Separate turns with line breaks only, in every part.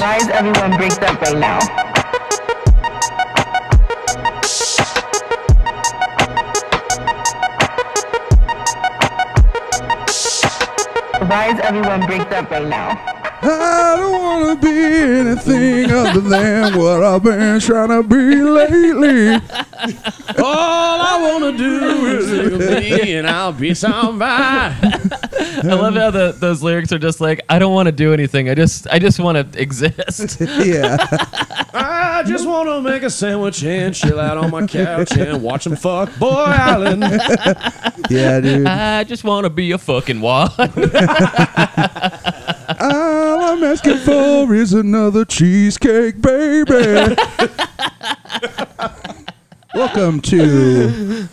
Why is everyone breaks up right now? Why is everyone breaks up right now?
I don't wanna be anything other than what I've been trying to be lately.
All I wanna do is live me and I'll be somebody.
I love how the, those lyrics are just like, I don't want to do anything. I just, I just want to exist.
yeah.
I just wanna make a sandwich and chill out on my couch and watch them fuck Boy Island.
Yeah, dude.
I just want to be a fucking wad.
All I'm asking for is another cheesecake, baby. Welcome to.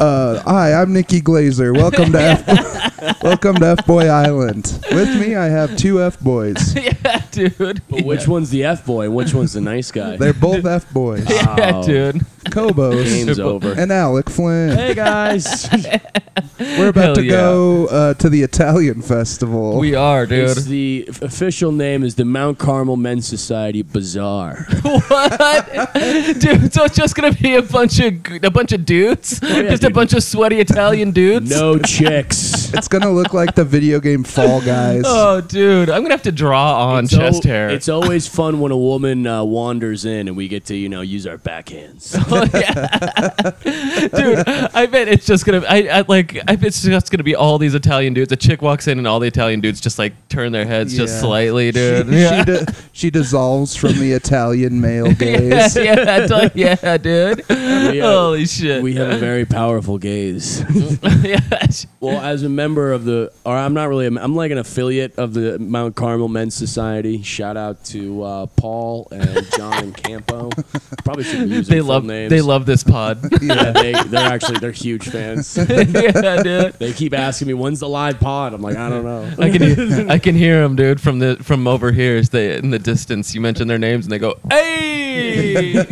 Uh, hi, I'm Nikki Glazer. Welcome to F- Welcome to F Boy Island. With me, I have two F boys.
yeah, dude.
But which one's the F boy? Which one's the nice guy?
They're both F boys.
Yeah, dude.
Kobos
Game's over.
and Alec Flynn.
Hey guys,
We're about
Hell
to
yeah.
go uh, to the Italian festival.
We are,
it's
dude.
the f- official name is the Mount Carmel Men's Society Bazaar.
what? dude, so it's just gonna be a bunch of g- a bunch of dudes,
Oh, yeah,
just a
dude.
bunch of sweaty Italian dudes.
No chicks.
it's gonna look like the video game Fall Guys.
Oh, dude, I'm gonna have to draw on
al-
chest hair.
It's always fun when a woman uh, wanders in and we get to, you know, use our backhands.
Oh, yeah. dude. I bet it's just gonna. I, I like. I bet it's just gonna be all these Italian dudes. A chick walks in and all the Italian dudes just like turn their heads
Yeah.
just slightly,
She,
dude.
she di- she dissolves from the Italian male
yeah,
gaze.
yeah, I tell- yeah, dude.
We, uh,
Holy shit.
we have a very powerful gaze.
yeah, sh-
well, as a member of the, or I'm not really, a, I'm like an affiliate of the Mount Carmel Men's Society. Shout out to uh, Paul and John and Campo. Probably should use
they
their full
love.
names.
They love this pod.
Yeah, they, they're actually they're huge fans.
yeah, dude.
They keep asking me when's the live pod. I'm like, I don't know.
I can hear, I can hear them, dude, from the from over here. As they in the distance, you mention their names and they go, "Hey!"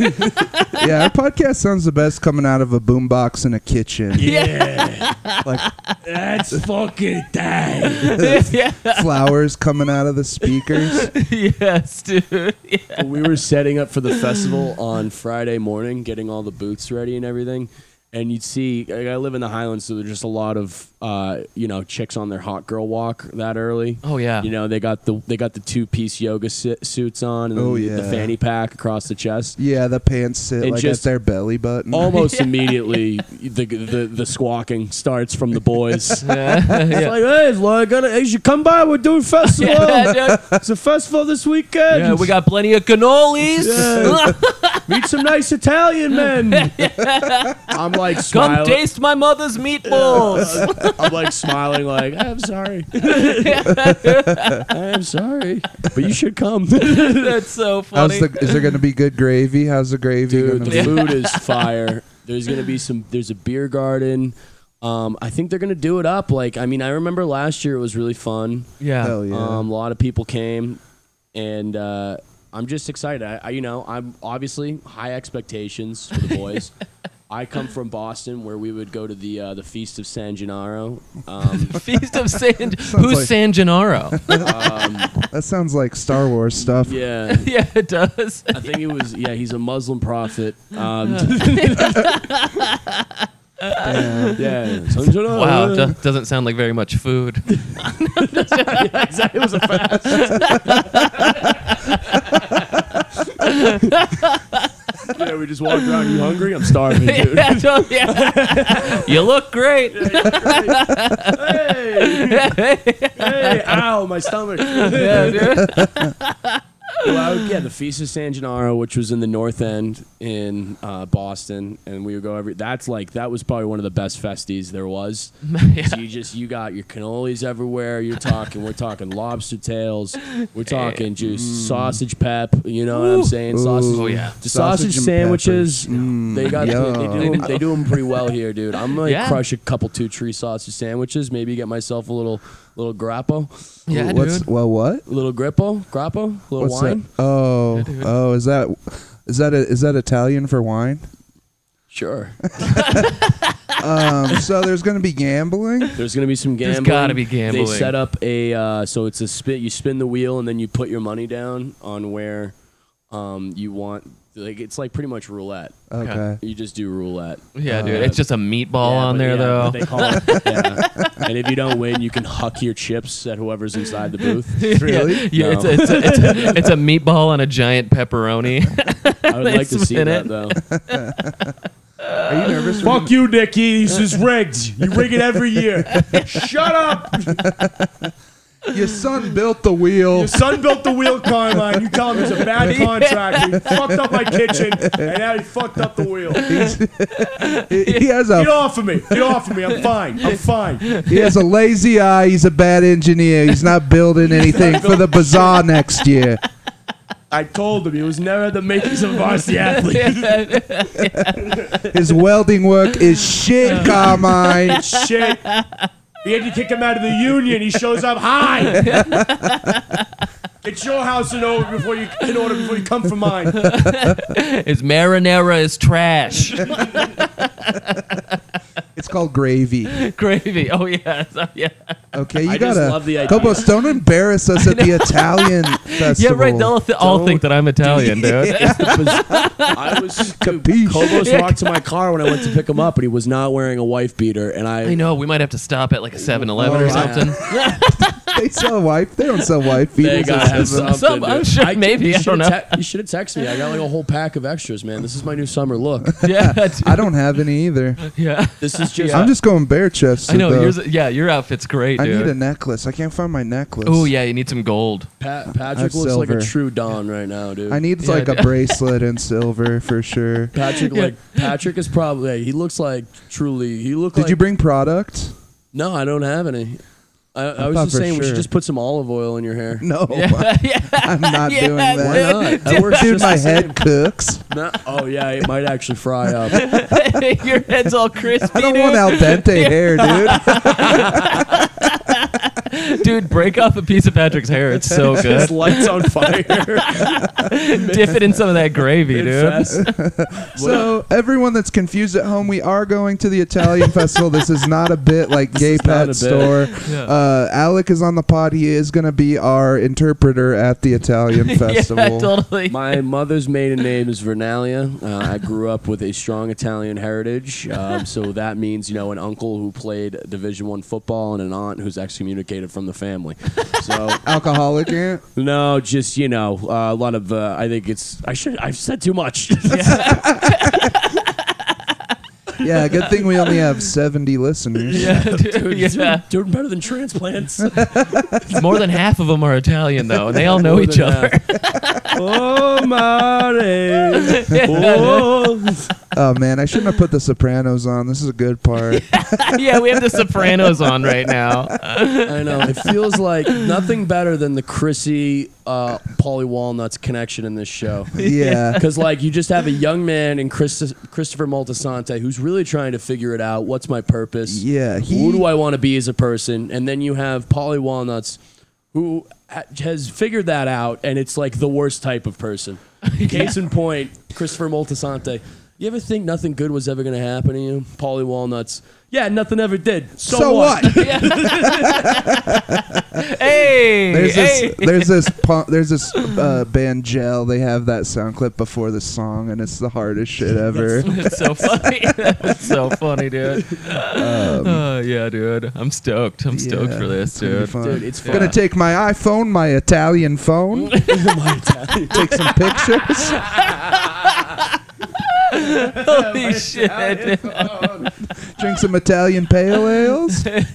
Yeah, our podcast sounds the best coming out of a boombox in a kitchen.
Yeah,
Like
that's fucking day.
yeah,
flowers coming out of the speakers.
yes, dude. Yeah.
we were setting up for the festival on Friday morning, getting all the booths ready and everything. And you'd see, like, I live in the Highlands, so there's just a lot of, uh, you know, chicks on their hot girl walk that early.
Oh, yeah.
You know, they got the they got the two piece yoga si- suits on, and
Oh,
the-
yeah.
the fanny pack across the chest.
Yeah, the pants sit
It
like
just-
at their belly button.
Almost immediately, the, the the squawking starts from the boys.
Yeah,
It's like, hey, like, gotta, you should come by. We're doing festival.
Yeah, dude.
It's a festival this weekend.
Yeah, we got plenty of cannolis.
Yeah. Meet some nice Italian men. I'm like
Come
smiling.
taste my mother's meatballs.
I'm like smiling, like I'm sorry. I'm sorry, but you should come. Dude,
That's so
How's
funny.
the, is there going to be good gravy? How's the gravy going to be?
the food is fire. There's gonna be some. There's a beer garden. Um, I think they're gonna do it up. Like, I mean, I remember last year it was really fun.
yeah.
Hell yeah.
Um, a lot of people came, and uh, I'm just excited. I, I, you know, I'm obviously high expectations for the boys. I come from Boston, where we would go to the uh, the Feast of San Gennaro. Um,
Feast of San. Who's
like-
San Gennaro?
that sounds like Star Wars stuff.
yeah,
yeah, it does.
I think it was. Yeah, he's a Muslim prophet. Um,
Damn.
yeah, San Gennaro.
Wow, it do- doesn't sound like very much food.
Yeah, exactly. It was a fast. yeah, we just walked around. You hungry? I'm starving, dude.
yeah, don't- yeah. you look great.
hey, hey, ow, my stomach.
Yeah, dude.
well, I would- yeah, the Feast of San Gennaro, which was in the North End in uh, Boston, and we would go every. That's like that was probably one of the best festies there was. So you just you got your cannolis everywhere. You're talking, we're talking lobster tails,
Eh,
we're talking just
mm.
sausage pep. You know what I'm saying? Sausage,
Oh, yeah.
the
Sausage
sausage,
and
sandwiches. They got
yum.
they, do them, they do 'em pretty well here, dude. I'm gonna
Yeah.
crush a couple two tree sausage sandwiches. Maybe get myself a little little grappo,
Yeah,
What's
dude.
well what?
little grippo, grappo, little
What's
wine.
that? Oh, oh, is that is that a, is that Italian for wine?
Sure.
Um, so there's going to be gambling.
There's gonna be some
There's
gambling.
gotta be gambling.
They set up a uh, so it's a spit. You spin the wheel and then you put your money down on where um, you want. Like it's like pretty much roulette.
Okay.
You just do roulette.
Yeah,
Uh,
dude. It's just a meatball
yeah,
on
but- yeah,
there, though.
but They call it, yeah. And if you don't win, you can huck your chips at whoever's inside the booth.
Really?
Yeah, yeah, it's,
No.
a, it's, a, it's, a, it's a meatball on a giant pepperoni.
I would
They
like to see
spin
that
it.
though.
Are you nervous? for
Fuck you, Nikki. This is rigged. You rig it every year. Shut up.
the- Your son built the wheel.
son built the wheel, Carmine. You tell him it's a bad contract. He fucked up my kitchen, and now he fucked up the wheel.
He he has a
off of me. Get off of me. I'm fine. I'm fine.
he has a lazy eye. He's a bad engineer. He's not building anything for the bazaar next year.
I told him he was never the makings of a varsity athlete.
His welding work is shit, Carmine.
Shit. We had to kick him out of the union. He shows up high. It's your house in order before you in order before you come for mine.
His marinara is trash.
It's called gravy.
Gravy. Oh, yeah. yeah.
Okay, you
I just
gotta
love the idea.
Cobos. Don't embarrass us at the Italian
Yeah,
festival.
right. They'll th- all think that I'm Italian, dude.
I was
Capiche.
Cobos walked to my car when I went to pick him up, and he was not wearing a wife beater. And
I know. We might have to stop at like a 7 Eleven
Oh,
or
yeah.
something.
They sell wife. They don't sell wife
They
beaters.
gotta have
It's-
something.
Some- I'm
dude.
sure- maybe,
you
I don't
should've
know.
te- you should have texted me. I got like a whole pack of extras, man. This is my new summer look.
yeah. dude.
I don't have any either.
yeah.
This is just.
I'm just going bare chest.
I know.
though.
Yours, yeah, your outfit's great,
I need a
dude.
necklace. I can't find my necklace.
Oh, yeah. You need some gold.
Pat,
have
Patrick looks like
silver.
a true don right now, dude.
I need
Yeah,
like
dude.
a bracelet and silver for sure.
Patrick,
Yeah.
like Patrick is probably. He looks like truly. He looked.
Did
like,
you bring product?
No, I don't have any. I, I was
thought
just
for
saying we
sure.
should just put some olive oil in your hair.
No,
Yeah. yeah.
I'm not
Yeah,
doing
Why
that.
not? That works
Dude,
just
my
the same.
head cooks.
No- oh yeah, it might actually fry up.
your head's all crispy.
I don't
dude.
want al dente hair, dude.
Dude, break off a piece of Patrick's hair. It's so
His
good.
lights on fire.
Dip it in some of that gravy, dude.
Confess.
So everyone that's confused at home, we are going to the Italian festival. This is not a bit like Gay
not a
Pet
bit.
Store.
Yeah.
Uh, Alec is on the pod. He is going to be our interpreter at the Italian festival.
Yeah, totally.
My mother's maiden name is Vernalia. Uh, I grew up with a strong Italian heritage, um, so that means you know an uncle who played Division One football and an aunt who's excommunicated from the family. So
Alcoholic aunt.
no, just you know uh, a lot of uh, I think it's I should I've said too much.
Yeah, good thing we only have 70 listeners.
yeah, dude. Yeah.
doing better than transplants.
More than half of them are Italian, though, and they all know
More
each
than
other.
oh my! Oh.
Oh man, I shouldn't have put the Sopranos on. This is a good part.
yeah, we have the Sopranos on right now.
I know. It feels like nothing better than the Chrissy uh, Polly Walnuts connection in this show.
Yeah.
Because like you just have a young man in Christ- Christopher Moltisanti who's really trying to figure it out. What's my purpose?
Yeah, he-
Who do I want to be as a person? And then you have Polly Walnuts, who ha- has figured that out, and it's like the worst type of person. Case in point, Christopher Moltisanti. You ever think nothing good was ever going to happen to you, Polly Walnuts? Yeah, nothing ever did. So,
So
what?
what?
hey,
There's
hey.
this, there's this, pu- there's this uh, band Gel. They have that sound clip before the song, and it's the hardest shit ever.
That's so funny. That's so funny, dude. Uh, yeah, dude. I'm stoked. I'm stoked
Um, Yeah,
for
it's
this,
gonna be
dude.
fun.
Dude, it's
I'm gonna
fun.
take my iPhone, my Italian phone, take some pictures.
Holy shit.
Drink some Italian pale ales. Ooh,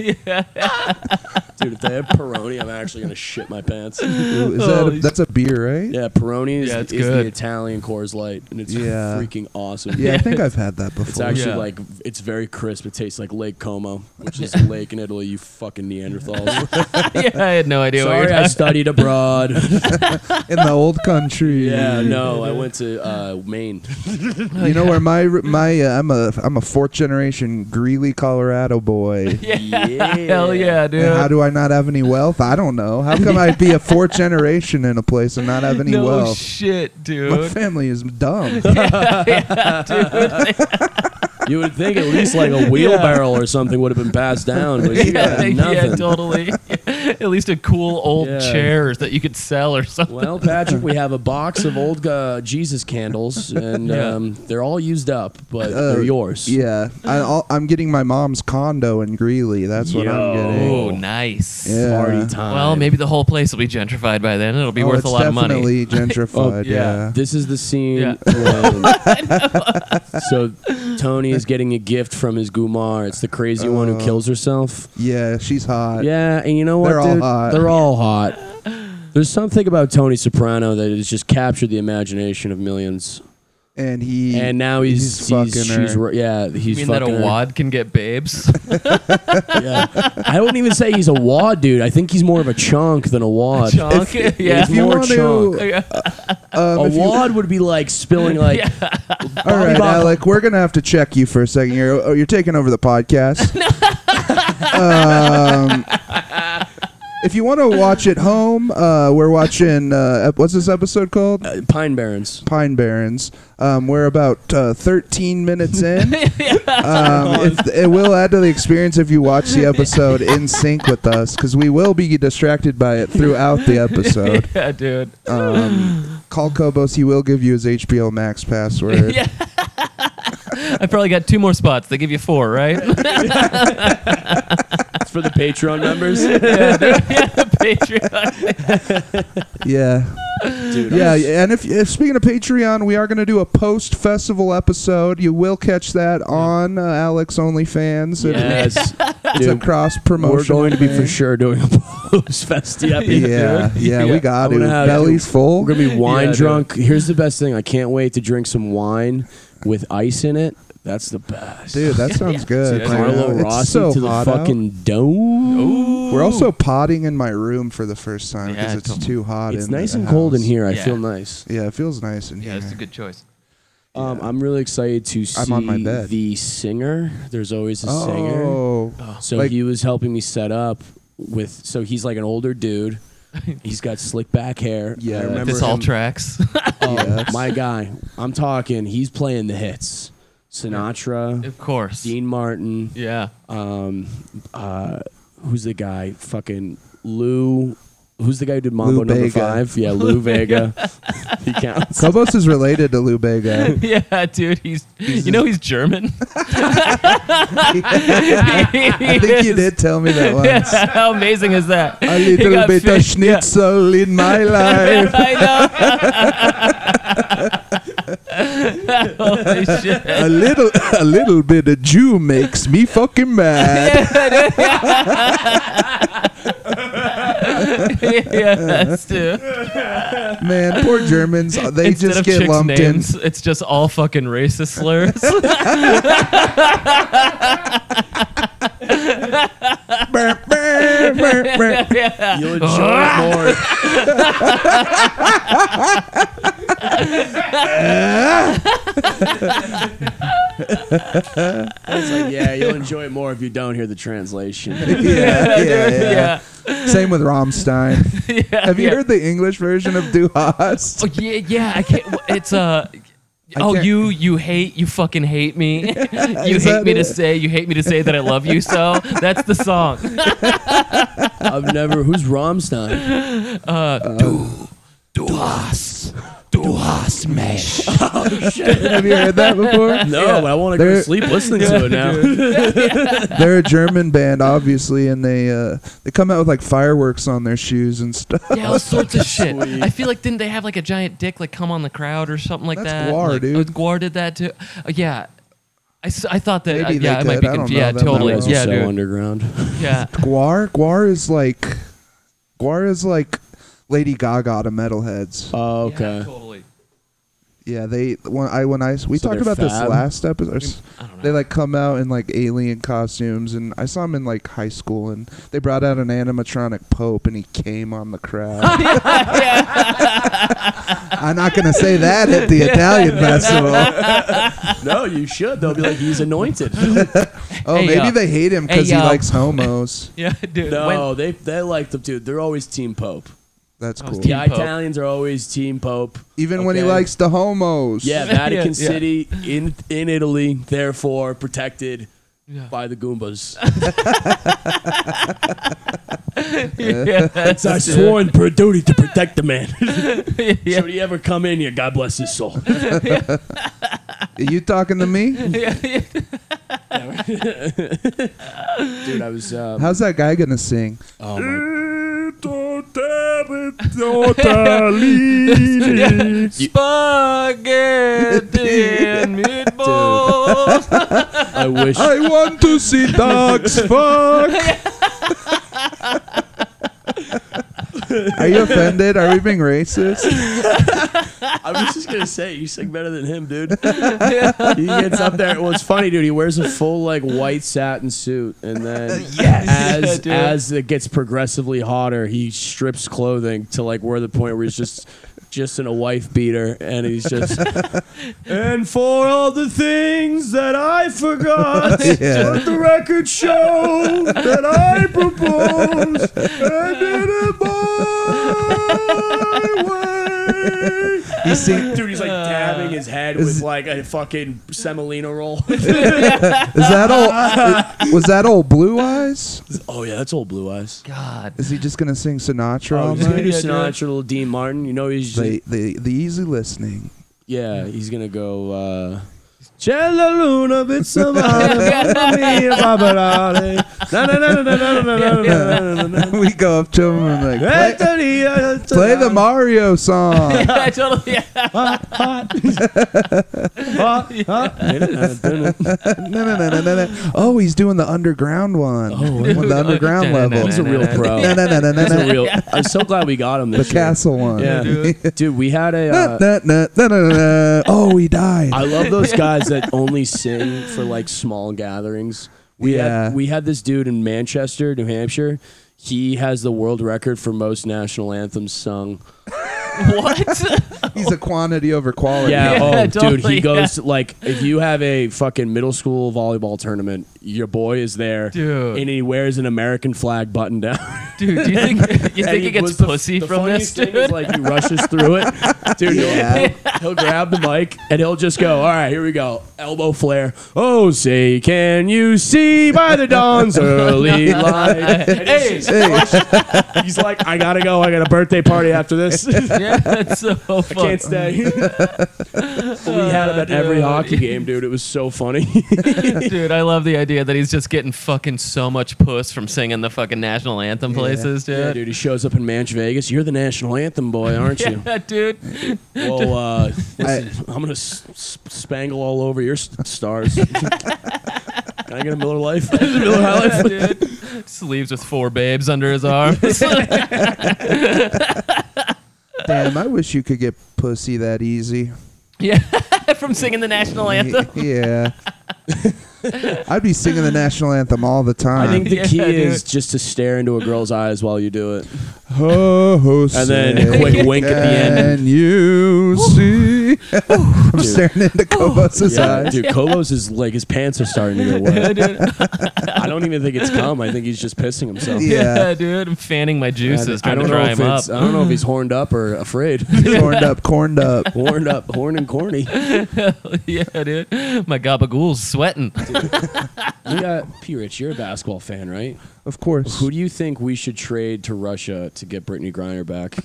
Dude, if they have Peroni, I'm actually going to shit my pants.
is that a,
Holy
that's a beer, right?
Yeah, Peroni is,
Yeah, it's
is the
good.
Italian Coors Light, and it's
Yeah.
freaking awesome.
Yeah, I think I've had that
It's
before.
actually
Yeah.
like it's very crisp. It tastes like Lake Como, which is a lake in Italy. You fucking Neanderthals.
yeah, I had no idea what
Sorry,
you were
I
talking
studied abroad.
in the old country.
yeah, no, I went to uh, Maine.
You know where my my uh, I'm a I'm a fourth generation Greeley, Colorado boy.
Yeah.
Yeah.
Hell yeah, dude.
And how do I not have any wealth? I don't know. How come I'd be a fourth generation in a place and not have any
no
wealth?
shit,
my
dude.
family is dumb.
Yeah, dude.
You would think at least like a wheelbarrow or something would have been passed down, but you
yeah,
got nothing.
totally. At least a cool old
Yeah.
chairs that you could sell or something.
Well, Patrick, we have a box of old uh, Jesus candles, and
Yeah.
um, they're all used up, but
Uh,
they're yours.
Yeah, I, I'll, I'm getting my mom's condo in Greeley. That's what I'm
Yo.
getting.
oh, nice.
Yeah.
Party time.
Well, maybe the whole place will be gentrified by then. and It'll be
Oh,
worth
it's
a lot of money.
definitely gentrified.
yeah.
yeah.
This is the scene.
Yeah.
when- so Tony is getting a gift from his Gumar. It's the crazy one who
Oh.
kills herself.
Yeah, she's hot.
Yeah, and you know what?
They're all
dude?
hot.
They're all hot. There's something about Tony Soprano that has just captured the imagination of millions.
And he
And now he's,
he's
he's-
fucking
she's
her.
ro- yeah he's
You mean that
fucking
a
her.
wad can get babes?
Yeah. I wouldn't even say he's a wad dude. I think he's more of a chunk than a wad.
Chunk? yeah.
If you
more
want to,
chunk.
Yeah.
um,
a
if you-
wad would be like spilling like
all right,
Bob-
Alec, we're gonna have to check you for a second here. Oh, you're taking over the podcast. um, if you want to watch at home, uh, we're watching. Uh, ep- what's this episode called?
uh, pine barrens.
Pine Barrens. Um, we're about uh, 13 minutes in. um, if, it will add to the experience if you watch the episode in sync with us, because we will be distracted by it throughout the episode.
yeah, dude.
Um, call Kobos. He will give you his HBO Max password.
Yeah. I probably got two more spots. They give you four, right?
That's for the Patreon members.
yeah, dude. yeah, Patreon.
Yeah.
Dude,
Yeah,
I'm-
and if, if speaking of Patreon, we are going to do a post festival episode. You will catch that on uh, Alex OnlyFans. It-
Yes.
It's a
Dude,
cross
we're
promotion.
going to be for sure doing a post festy episode.
Yeah, yeah,
Yeah.
we got
I'm
it.
gonna have-
Belly's full.
We're gonna be wine
dude.
drunk. Here's the best thing. I can't wait to drink some wine with ice in it. That's the best.
Dude, that sounds good.
Yeah.
man.
Carlo
It's
Rossi
so
to the
hot out.
fucking dome.
Ooh.
We're also potting in my room for the first time because
Yeah,
it's
it's-
too hot.
It's
in the
nice and cold in
house.
here. I
Yeah.
feel nice.
Yeah, it feels nice in
Yeah,
here.
it's a good choice.
Um, I'm really excited to see
I'm on my bed.
the singer. There's always a singer.
oh,
So
Like-
he was helping me set up with. So he's like an older dude. He's got slick back hair.
Yeah.
I
This
remember
This all
him-
tracks.
oh,
Yes.
my guy. I'm talking. He's playing the hits: Sinatra,
of course.
Dean Martin.
Yeah.
Um, uh, who's the guy? Fucking Lou. Who's the guy who did Mambo
Lou
Number
Bega.
Five? Yeah, Lou Vega. he counts.
Kobos is related to Lou Bega.
Yeah, dude, he's, you know he's German.
I think you did tell me that once.
How amazing is that?
A
He
little
got
bit of
fi- yeah.
schnitzel in my life.
I know. Holy shit.
a little, a little bit of Jew makes me fucking mad.
yes, dude.
Man, poor Germans. They
Instead
just
of
get
chicks'
lumped
names, it's just all fucking racist slurs.
in. Burr, burr, burr, burr.
yeah.
You'll enjoy it more. It's like, yeah, you'll enjoy it more if you don't hear the translation.
yeah, yeah, yeah.
yeah.
Same with Rammstein.
Yeah,
Have you
yeah.
heard the English version of Du Hast?
Oh, yeah, yeah. I can't. w- It's uh.
I
oh,
can't-
you you hate you fucking hate me. you
that
hate me
it?
to say you hate me to say that I love you. So that's the song.
I've never. Who's Rammstein?
Du hast, du hast mich. Oh,
Have you heard that before?
No, but I want to go
They're-
to sleep listening to it now.
They're a German band, obviously, and they uh, they come out with like fireworks on their shoes and stuff.
Yeah, all sorts of shit.
Sweet.
I feel like didn't they have like a giant dick like come on the crowd or something like
That's
that?
Gwar,
Like,
dude.
oh, Gwar did that too. Uh, yeah. I, s- I thought that. uh,
Maybe they
yeah, I might
did.
be
I don't
confused.
know
Yeah,
them that
totally.
well.
Yeah,
so
dude.
underground.
Yeah.
Guar, Guar is like, Guar is like Lady Gaga to metalheads.
Oh, okay.
Yeah, totally.
Yeah, they when I when I we
So
talked
they're
about this
fab?
last episode.
I don't know.
They like come out in like alien costumes, and I saw him in like high school, and they brought out an animatronic pope, and he came on the crowd. I'm not gonna say that at the Italian festival.
No, you should. They'll be like, he's anointed.
Oh,
Hey,
maybe
uh,
they hate him because
hey,
he
uh,
likes homos.
Yeah, dude.
No,
when-
they they like them, dude. They're always Team Pope.
That's
I was
cool.
The
Team Pope.
Italians are always Team Pope.
Even when he
Okay.
likes the homos.
Yeah,
Yeah,
Vatican
yeah.
City in in Italy, therefore protected
Yeah.
by the Goombas.
yeah.
It's our sworn per duty to protect the man.
yeah.
Should he ever come in here, God bless his soul.
Are you talking to me?
Dude, I was. Um,
How's that guy gonna sing?
oh
Spaghetti and meatballs.
I wish.
I want to see dogs fuck. Are you offended? Are we being racist?
I was just gonna say, you sing better than him, dude. he gets up there. Well, it's funny, dude. He wears a full like white satin suit, and then
Yeah,
as
dude.
as it gets progressively hotter, he strips clothing to like where the point where he's just just in a wife beater, and he's just and for all the things that I forgot,
Yeah.
let the record show that I propose I did it my way.
He sing-
Dude, he's like dabbing his head with like a fucking semolina roll.
is that old? Was that old Blue Eyes?
oh yeah, that's old Blue Eyes.
God.
Is he just gonna sing Sinatra
Oh,
all
he's gonna
night?
do
Yeah,
Sinatra, little Dean Martin. You know he's just,
The, the the easy listening.
yeah, he's gonna go. uh Cella luna bit Play
we go up to him and like play, play the Mario song.
Yeah, I totally. Yeah.
No, no, no, no, no, no. Oh, he's doing the underground one. Oh, the underground level.
He's a real pro.
No, no, no, no, no,
He's a
no.
real. I'm so glad we got him
The
this year.
castle one.
Yeah, dude, we had a.
Na,
Uh,
na, na, na, na, na. Oh, he died.
I love those guys that only sing for like small gatherings. We
Yeah.
had we had this dude in Manchester, New Hampshire. He has the world record for most national anthems sung.
What?
He's a quantity over quality.
Yeah,
Yeah,
oh, dude,
totally,
he
yeah.
goes to, like if you have a fucking middle school volleyball tournament, your boy is there,
Dude.
and he wears an American flag button down.
Dude, do you think you think he gets pussy
the,
from
the
this,
funniest Thing is,
dude?
like he rushes through it, dude. he'll-
Yeah.
He'll, grab the mic and he'll just go, "All right, here we go." Elbow flare. Oh, say, can you see by the dawn's early light? And he's just-
Hey,
He's like, "I gotta go. I got a birthday party after this. I
Yeah, that's so fun.
can't stay." But we had him at every
Dude.
hockey game, dude. It was so funny.
Dude, I love the idea that he's just getting fucking so much puss from singing the fucking national anthem places, dude.
yeah, dude. He shows up in Manch Vegas. You're the national anthem boy, aren't you?
Yeah, dude.
Well, uh,
I-
listen, I'm gonna s- s- spangle all over your s- stars. Can I get a Miller Life? Miller High Life?
Yeah, dude. Just leaves with four babes under his arm.
damn, I wish you could get pussy that easy.
yeah, from singing the national anthem.
Yeah. I'd be singing the national anthem all the
I
time.
think the
Yeah,
key
dude.
is just to stare into a girl's eyes while you do it,
Ho, ho,
and then
say,
a quick wink at the end.
Can you see? I'm staring into Kobos's
Yeah,
eyes.
dude, Kobos is like his pants are starting to go
Yeah,
wet.
dude.
I don't even think it's cum. I think he's just pissing himself.
Yeah.
Yeah, dude. I'm fanning my juices,
I
trying to
don't know
dry
if
him up.
it's, I don't know if he's horned up or afraid.
Corned up, corned up.
horned up, horn and corny. uh,
yeah, dude. My gabagool's sweating.
You got P. Rich. You're a basketball fan, right?
Of course.
Who do you think we should trade to Russia to get Brittany Griner back?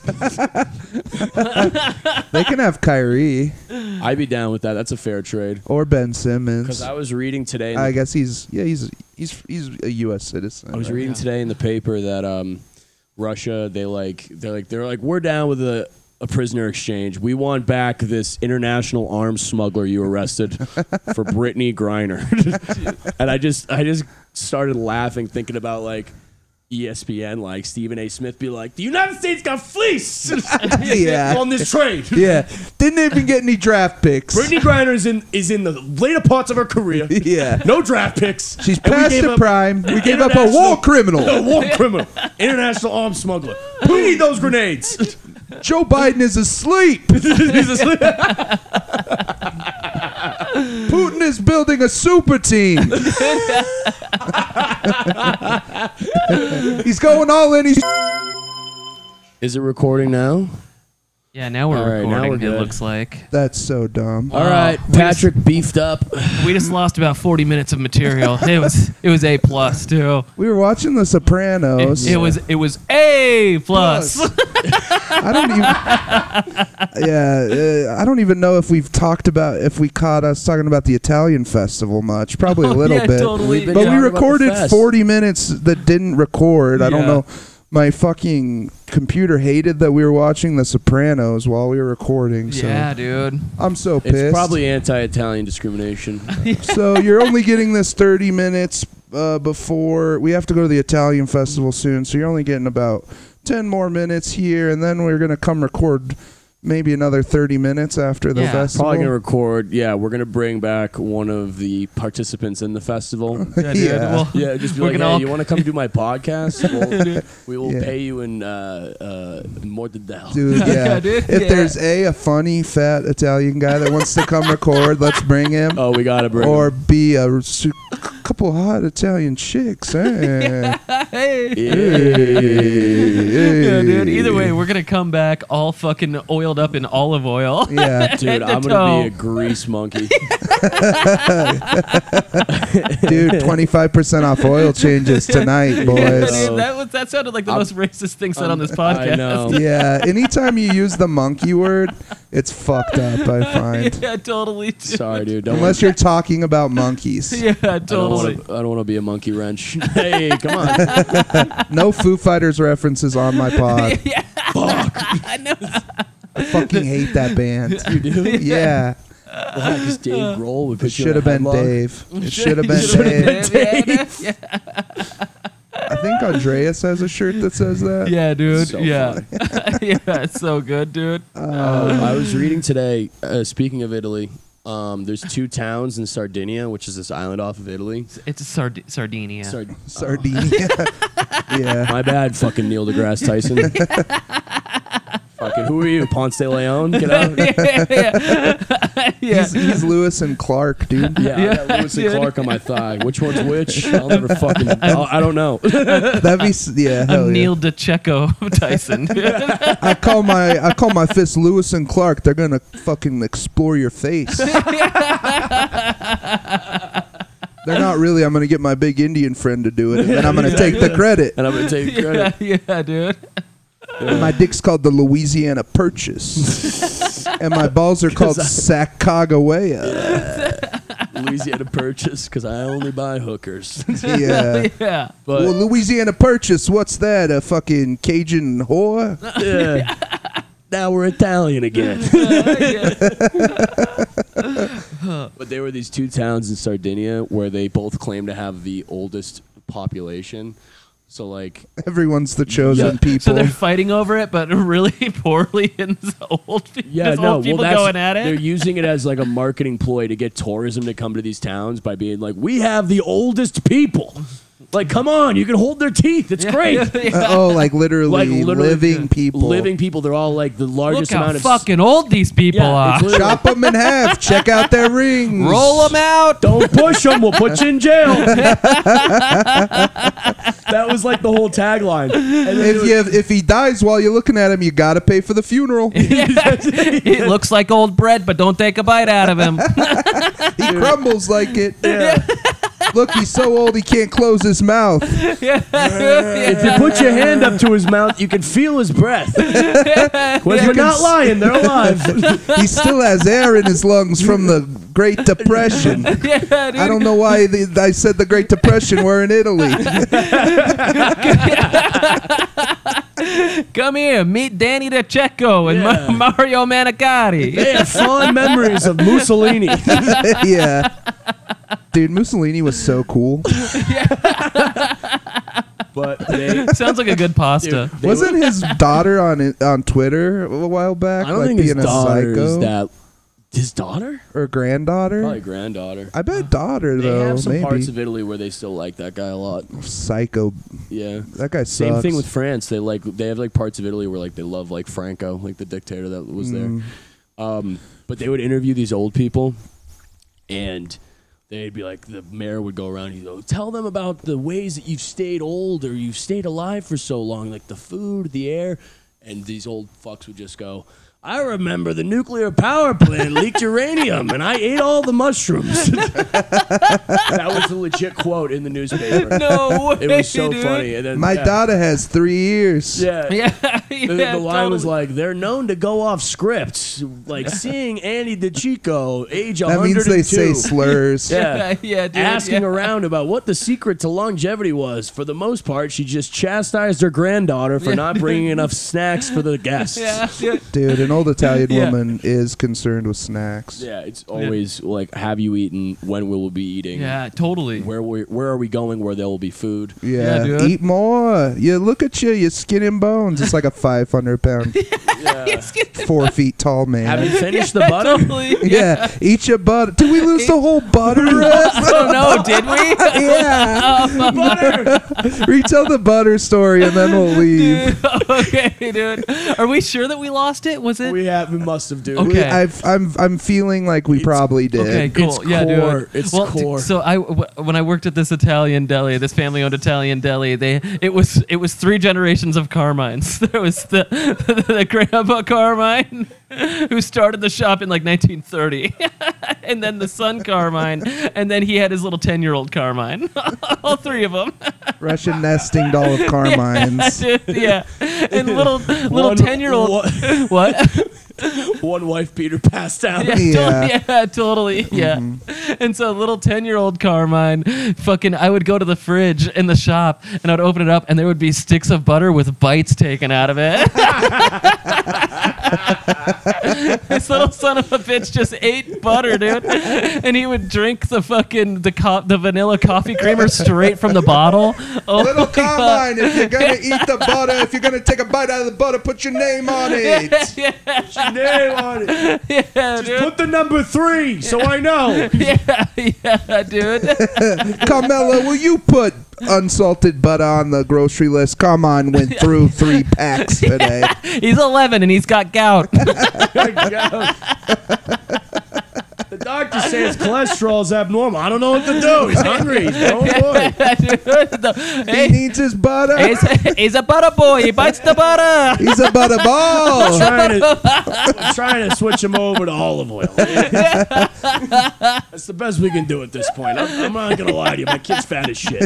They can have Kyrie
I'd be down with that. That's a fair trade.
or Ben
Because
Simmons.
I
I,
was reading today. In the,
guess he's yeah he's he's he's a U.S. citizen.
I was
right?
reading today in the paper that um, Russia they like they're like they're like we're down with a, a prisoner exchange. We want back this international arms smuggler you arrested for Brittany Griner. and I just I just started laughing thinking about like. E ESPN, like Stephen A. Smith, be like, the United States got fleeced
Yeah.
on this trade.
Yeah, didn't even get any draft picks.
Brittany Griner is in is in the later parts of her career.
Yeah.
No draft picks.
She's
And we
past
gave
the
up
prime. We gave up a war
international- A
criminal.
war criminal, international arms smuggler. Who need those grenades?
Joe Biden is asleep.
He's asleep.
Putin is building a super team. he's going all in. He's
Is it recording now?
Yeah, now we're
All right,
recording.
now we're
it
good.
looks like
That's so dumb.
All right,
we
Patrick beefed up.
we just lost about 40 minutes of material. it was it was a plus
Oh,
too.
We were watching The Sopranos.
It, it was it was a plus.
I don't even. yeah, uh, I don't even know if we've talked about if we caught us talking about the Italian festival much. Probably a little
yeah,
bit.
Totally.
We've been
But
Oh, talking
we
about the
recorded
fest.
40 minutes that didn't record. I don't
Yeah.
know. My fucking computer hated that we were watching The Sopranos while we were recording. So
yeah, dude.
I'm so
It's
pissed.
probably anti-Italian discrimination.
so you're only getting this 30 minutes uh, before we have to go to the Italian festival soon. So you're only getting about 10 more minutes here, and then we're gonna come record maybe another 30 minutes after the
Yeah.
festival.
Probably gonna record. Yeah, we're gonna bring back one of the participants in the festival.
Yeah, dude.
Yeah.
Well,
Yeah, just be
We're
like,
gonna
hey,
all-
you want to come do my podcast? We'll, we will
Yeah.
pay you in uh, uh, more than that.
Dude, yeah.
Yeah, dude.
If
Yeah.
there's a a funny fat Italian guy that wants to come record, let's bring him.
Oh, we gotta bring.
or
Or
be a su- couple hot Italian chicks. eh?
hey.
Hey,
Yeah, dude. Either
hey.
way, we're gonna come back all fucking oiled up in olive oil.
Yeah,
dude,
to
I'm gonna be a
toe.
grease monkey.
dude, twenty five percent off oil changes tonight, boys.
Dude, that was that sounded like the
I'm-
most racist thing said on this podcast.
I know.
Yeah, anytime you use the monkey word, it's fucked up. I find
Yeah, totally. Dude.
Sorry, dude. Don't
unless you're talking about monkeys.
Yeah,
I don't
totally.
wanna- I don't want to be a monkey wrench. hey, come on.
No Foo Fighters references on my pod.
I know.
I fucking hate that band.
You do?
Yeah,
Why? Because Dave Grohl would put
it
you in
should
a
have been
headlock?
Dave. It should have been
Should've
Dave.
been Dave. Yeah,
I think Andreas has a shirt that says that.
Yeah, dude.
So
yeah. yeah, it's so good, dude.
Um, I was reading today. Uh, speaking of Italy, um, there's two towns in Sardinia, which is this island off of Italy.
It's a Sard- Sardinia.
Sard-
Sardinia. yeah.
My bad, fucking Neil deGrasse Tyson. fucking who are you, Ponce de Leon? Get out. Yeah,
yeah.
He's, he's Lewis and Clark, dude.
I got Lewis and Clark on my thigh. Which one's which? I'll never fucking. I'll, I don't know.
That'd be s- yeah. Hell
I'm
yeah.
Neil DeCheco Tyson.
I call my I call my fist Lewis and Clark. They're gonna fucking explore your face. They're not really. I'm gonna get my big Indian friend to do it, and then I'm gonna take the credit.
And I'm gonna take
yeah,
credit.
yeah, dude.
My dick's called the Louisiana Purchase, and my balls are called Sacagawea.
Louisiana purchase because I only buy hookers.
Yeah.
Yeah.
But
well, Louisiana Purchase. What's that? A fucking Cajun whore?
yeah. now we're Italian again.
yeah.
But there were these two towns in Sardinia where they both claim to have the oldest population. So like,
Everyone's the chosen
Yeah.
people.
So they're fighting over it, but really poorly in this old, pe-
yeah,
this
no,
old people
well, that's,
going at
They're
it.
using it as like a marketing ploy to get tourism to come to these towns by being like, we have the oldest people. Like, come on, you can hold their teeth. It's
Yeah,
great.
yeah, yeah.
Uh, oh, like literally,
Like literally
living people.
Living people, they're all like the
Look
largest
how
amount of
fucking old these people
Yeah,
are.
it's literally-
Chop them in half. Check out their rings.
Roll them out.
Don't push them. We'll put you in jail. that was like the whole tagline. And then
If you if he dies while you're looking at him, you gotta pay for the funeral. he
It looks like old bread, but don't take a bite out of him.
crumbles like it. Look, he's so old he can't close his mouth.
If you put your hand up to his mouth, you can feel his breath. Well,
You
you're
can
not
s-
lying. They're alive.
He still has air in his lungs from the Great Depression.
yeah, dude.
I don't know why they, I said the Great Depression. We're in Italy.
Come here, meet Danny DeCheco and
Yeah.
Ma- Mario Manicari.
They have fond memories of Mussolini.
yeah. Dude, Mussolini was so cool.
But they,
Sounds like a good pasta.
they
Wasn't his daughter on it- on Twitter a while back?
I don't
like
think his
being a
daughter
psycho
is that. His daughter?
or granddaughter?
Probably granddaughter.
I bet daughter
They
though.
have some
maybe
parts of Italy where they still like that guy a lot.
psycho.
Yeah.
That guy sucks.
Same thing with France. They like they have like parts of Italy where like they love like Franco, like the dictator that was there. Um, but they would interview these old people, and they'd be like, the mayor would go around. He'd go, tell them about the ways that you've stayed old or you've stayed alive for so long, like the food, the air. and these old fucks would just go. I remember the nuclear power plant leaked uranium, and I ate all the mushrooms. that was a legit quote in the newspaper.
No way,
It was so
dude.
funny. And then,
My
yeah,
daughter has three years.
Yeah.
Yeah, yeah.
The, the line was
totally.
like, they're known to go off script. Like seeing Andy DeChico, age
That
102,
means they say slurs.
yeah.
yeah, dude.
asking
yeah.
around about what the secret to longevity was. For the most part, she just chastised her granddaughter for not bringing enough snacks for the guests.
Yeah, dude.
Dude, an old Italian
Yeah.
woman is concerned with snacks.
Yeah, it's always like, have you eaten? When will we be eating?
yeah, totally.
Where we, where are we going? Where there will be food?
Yeah,
Yeah, dude.
eat more. You look at you, your skin and bones. It's like a 500 pound, four feet tall man.
Have you finished the
Yeah,
butter?
Totally.
yeah. eat your butter. Did we lose the whole butter?
I don't know. Did we?
yeah, retell the butter story and then we'll leave.
okay, dude. Are we sure that we lost it? Was it?
We have, we must have, dude.
Okay.
We- I've, I'm, I'm feeling like we probably did.
Okay, cool.
It's
yeah,
core.
dude.
It's
well, d-
core.
so I, w- when I worked at this Italian deli, this family-owned Italian deli, they it was it was three generations of Carmines. There was the the, grandpa Carmine who started the shop in like 1930, and then the son Carmine, and then he had his little 10-year-old Carmine. All three of them.
Russian nesting doll of Carmine's.
yeah, and little little
One-
10-year-old.
one-
What?
One wife beater passed out.
Yeah,
Yeah. Mm-hmm.
totally. Yeah, totally. Yeah. And so little 10 year old Carmine, fucking, I would go to the fridge in the shop and I'd open it up and there would be sticks of butter with bites taken out of it. this little son of a bitch just ate butter, dude. And he would drink the fucking, the, co- the vanilla coffee creamer straight from the bottle. Oh,
Little
my God.
Carmine, if you're gonna eat the butter, if you're gonna take a bite out of the butter, put your name on it.
Yeah,
Nail on it.
yeah, dude.
Put the number three, so I know.
yeah, yeah, dude.
Carmela, will you put unsalted butter on the grocery list? Carmine went through three packs today.
He's 11 and he's got gout.
the doctor says cholesterol's abnormal. I don't know what to do. He's hungry. He's going boy.
He
hey,
needs his butter.
he's, he's a butter boy. He bites the butter.
He's a butter ball.
Trying to, I'm trying to switch him over to olive oil. That's the best we can do at this point. I'm, I'm not gonna lie to you. My kid's fat as shit.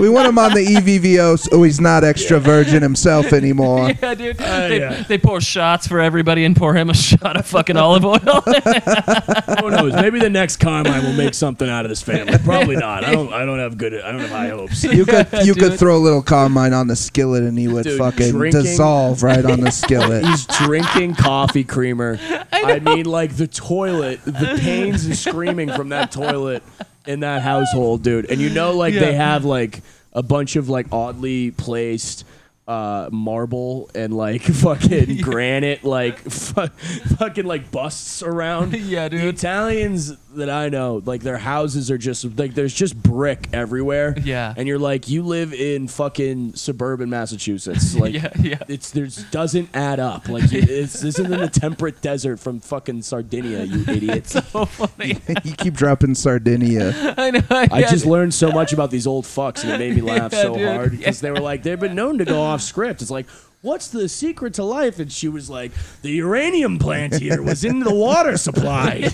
We want him on the E EVVO. So he's not extra virgin himself anymore.
Yeah, dude.
Oh,
they,
yeah.
they pour shots for everybody and pour him a shot of fucking olive oil.
Who knows? Maybe the next Carmine will make something out of this family. Probably not. I don't. I don't have good. I don't have high hopes.
You could you could
dude.
throw a little Carmine on the skillet and he would
Dude,
fucking
drinking-
dissolve right on the skillet.
He's drinking coffee creamer. I, mean, like the toilet, the pains and screaming from that toilet in that household, dude. And you know, like they
Yeah.
have like a bunch of like oddly placed. Uh, marble and like fucking granite, like fu- fucking like busts around.
Yeah,
The
dude.
Italians that I know, like their houses are just like there's just brick everywhere.
Yeah.
and you're like, you live in fucking suburban Massachusetts. Like,
Yeah, yeah.
it's there's doesn't add up. Like you- it's, this isn't in the temperate desert from fucking Sardinia, you idiot.
so funny.
you keep dropping Sardinia.
I know.
I just learned so much about these old fucks, and it made me laugh
Yeah,
so
dude.
hard because they were like they've been known to go off script. It's like. What's the secret to life? And she was like, "The uranium plant here was in the water supply.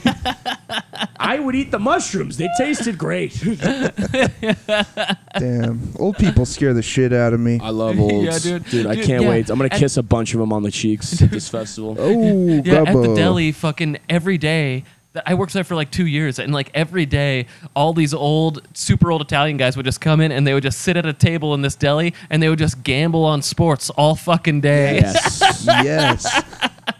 I would eat the mushrooms; they tasted great."
Damn, old people scare the shit out of me.
I love old,
Yeah,
dude.
dude.
I
Dude,
can't
yeah.
wait. I'm gonna
And-
kiss a bunch of them on the cheeks at this festival.
Oh,
yeah, at the
gubbo.
deli, fucking every day. th- I worked there for like two years, and like every day, all these old, super old Italian guys would just come in and they would just sit at a table in this deli and they would just gamble on sports all fucking day.
Yes.
Yes.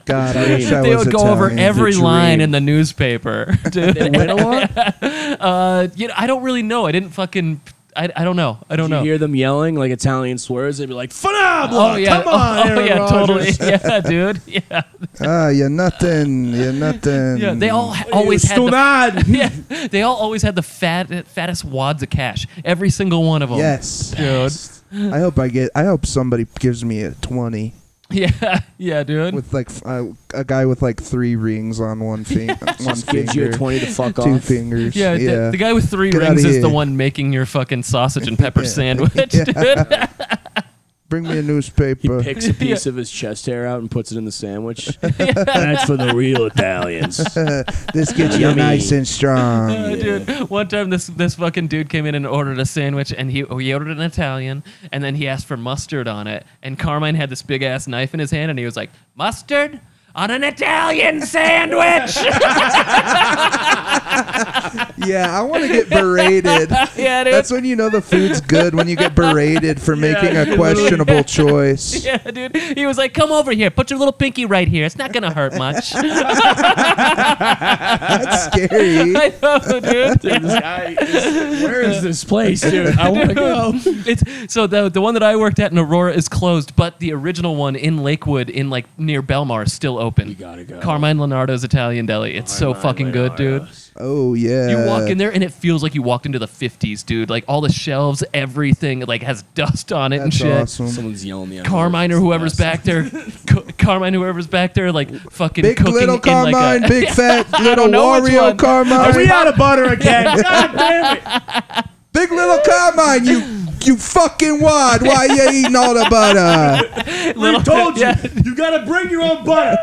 God, I wish I
they
was
would go over
Italian.
every
dream.
line in the newspaper. Dude.
They win a lot.
uh, you know, I don't really know. I didn't fucking. I, I don't know. I don't
you
know.
hear them yelling like Italian swears, they'd be like, "Phenomenal!
oh yeah.
Come on,
oh,
Aaron
yeah. Totally.
Rodgers."
Yeah, dude. Yeah.
Ah, you're nothing. You're nothing.
Yeah. They all ha-
You
always had. The,
stonad.
yeah. They all always had the fat, fattest wads of cash. Every single one of them.
Yes.
Dude.
I hope I get. I hope somebody gives me a twenty
Yeah. Yeah, dude.
with like f- uh, a guy with like three rings on one finger. one
Just gives you
finger.
a twenty to fuck
Two
off.
fingers.
yeah, the- The, guy with three
Get outta
rings is
here.
the one making your fucking sausage and pepper sandwich, dude.
Bring me a
He
newspaper.
picks a piece of his chest hair out and puts it in the sandwich. That's for the real Italians.
this gets you
Yummy.
nice and strong.
Uh, dude, one time this this fucking dude came in and ordered a sandwich, and he he ordered an Italian, and then he asked for mustard on it, and Carmine had this big ass knife in his hand, and he was like, "Mustard on an Italian sandwich."
Yeah, I want to get berated.
yeah, dude.
That's when you know the food's good when you get berated for making
you
a
literally-
questionable choice.
yeah, dude. He was like, "Come over here. Put your little pinky right here. It's not gonna hurt much."
That's scary.
I know, dude.
Dude, this guy is- where is this place, dude? I want to go.
It's so the the one that I worked at in Aurora is closed, but the original one in Lakewood, in like near Belmar, is still open.
You gotta go.
Carmine Leonardo's Italian Deli. It's so fucking good, dude.
Oh yeah.
You walk in there and it feels like you walked into the 50s, dude. Like all the shelves, everything like has dust on it and
That's
shit.
awesome.
Someone's yelling at me.
Carmine or
Yes.
whoever's back there, Co- Carmine whoever's back there, like fucking
Big
cooking
little
in
Carmine,
like a,
big fat little
know which
Wario
one.
Carmine.
Are Oh, we out of butter again? God damn it!
Big little Carmine, you you fucking wad. Why you eating all the butter?
little,
I told you,
yeah,
you gotta bring your own butter.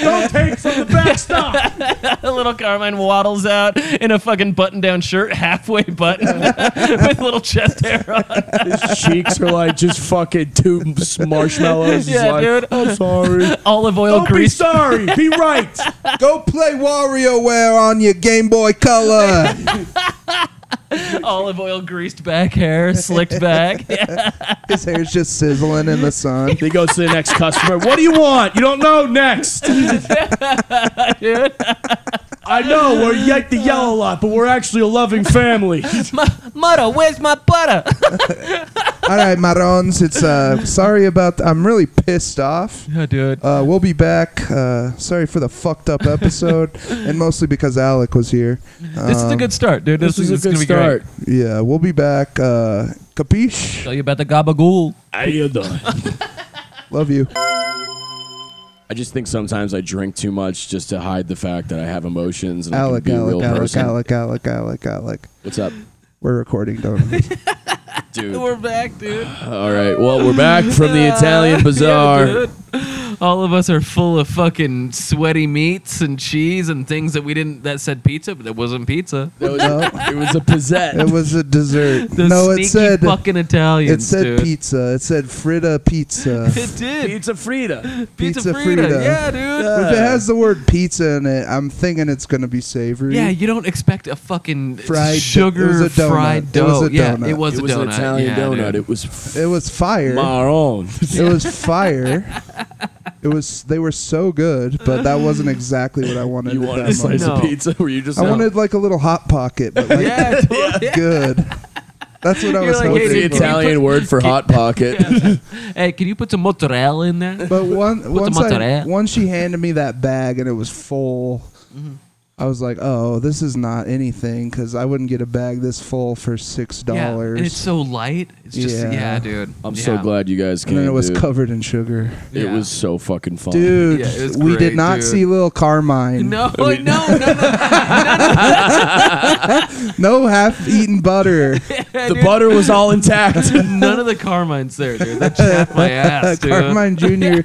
Don't take from the back stop.
little Carmine waddles out in a fucking button-down shirt, halfway button, with little chest hair on.
His cheeks are like just fucking two marshmallows. He's
Yeah,
like,
dude.
I'm sorry.
Olive oil
Don't be
grease.
sorry. Be right.
Go play WarioWare on your Game Boy Color.
olive oil greased back hair, slicked back.
His hair's just sizzling in the sun.
He goes to the next customer. What do you want? You don't know. Next.
dude.
I know we're yet the yell a lot, but we're actually a loving family.
Mudder, where's my butter?
All right, Marons, it's uh sorry about I'm really pissed off.
yeah, dude.
Uh, we'll be back. Uh, sorry for the fucked up episode, and mostly because Alec was here.
This is a
Um,
good start, dude. This, is, gonna be great.
Yeah, we'll be back. Uh, capiche?
Tell you about the gabagool.
How you doing?
Love you.
I just think sometimes I drink too much just to hide the fact that I have emotions and I
Alec,
can be a real
Alec, Alec,
person.
Alec, Alec, Alec, Alec.
What's up,
We're recording, don't we?
dude?
We're back, dude.
All right. Well, we're back from the Italian bazaar.
All of us are full of fucking sweaty meats and cheese and things that we didn't that said pizza, but it wasn't pizza.
That was- it was a pizzette.
It was a dessert.
The
no,
sneaky
it said
fucking Italians,
it said
dude.
pizza. It said fritta pizza.
It did.
Pizza Frida.
Pizza,
Pizza
Frida.
Frida.
Yeah, dude.
if it has the word pizza in it, I'm thinking it's gonna be savory.
Yeah, you don't expect a fucking
Fried-
sugar
it was a donut.
fried
It was
dough.
a
yeah,
donut.
it was
It
a
was
donut.
an Italian
Yeah,
donut.
dude.
It was f-
It was fire.
marron.
It was fire. It was. They were so good, but that wasn't exactly what I wanted.
You
at
wanted
that
a slice
moment.
No.
of pizza? Were you just?
I
No.
wanted like a little hot pocket, but like
yeah, dude.
good. That's what I
You're
was
like,
hoping.
hey,
What's
for.
the
dude, can you
Italian word for hot pocket?
Hey, can you put some mozzarella in there?
But one, once I,
mozzarella?
once she handed me that bag and it was full, I was like, "Oh, this is not anything," because I wouldn't get a bag this full for six
Yeah,
dollars.
And it's so light. It's just yeah,
Yeah.
dude.
I'm
yeah.
so glad you guys came.
and then it was
dude.
covered in sugar,
It
Yeah.
was so fucking fun,
dude.
Yeah, it was
we
great,
did not
dude.
see Lil Carmine.
No, no, no, no.
no half-eaten butter.
The butter was all intact.
None of the Carmines there, dude. That chapped my ass, dude.
Carmine Jr.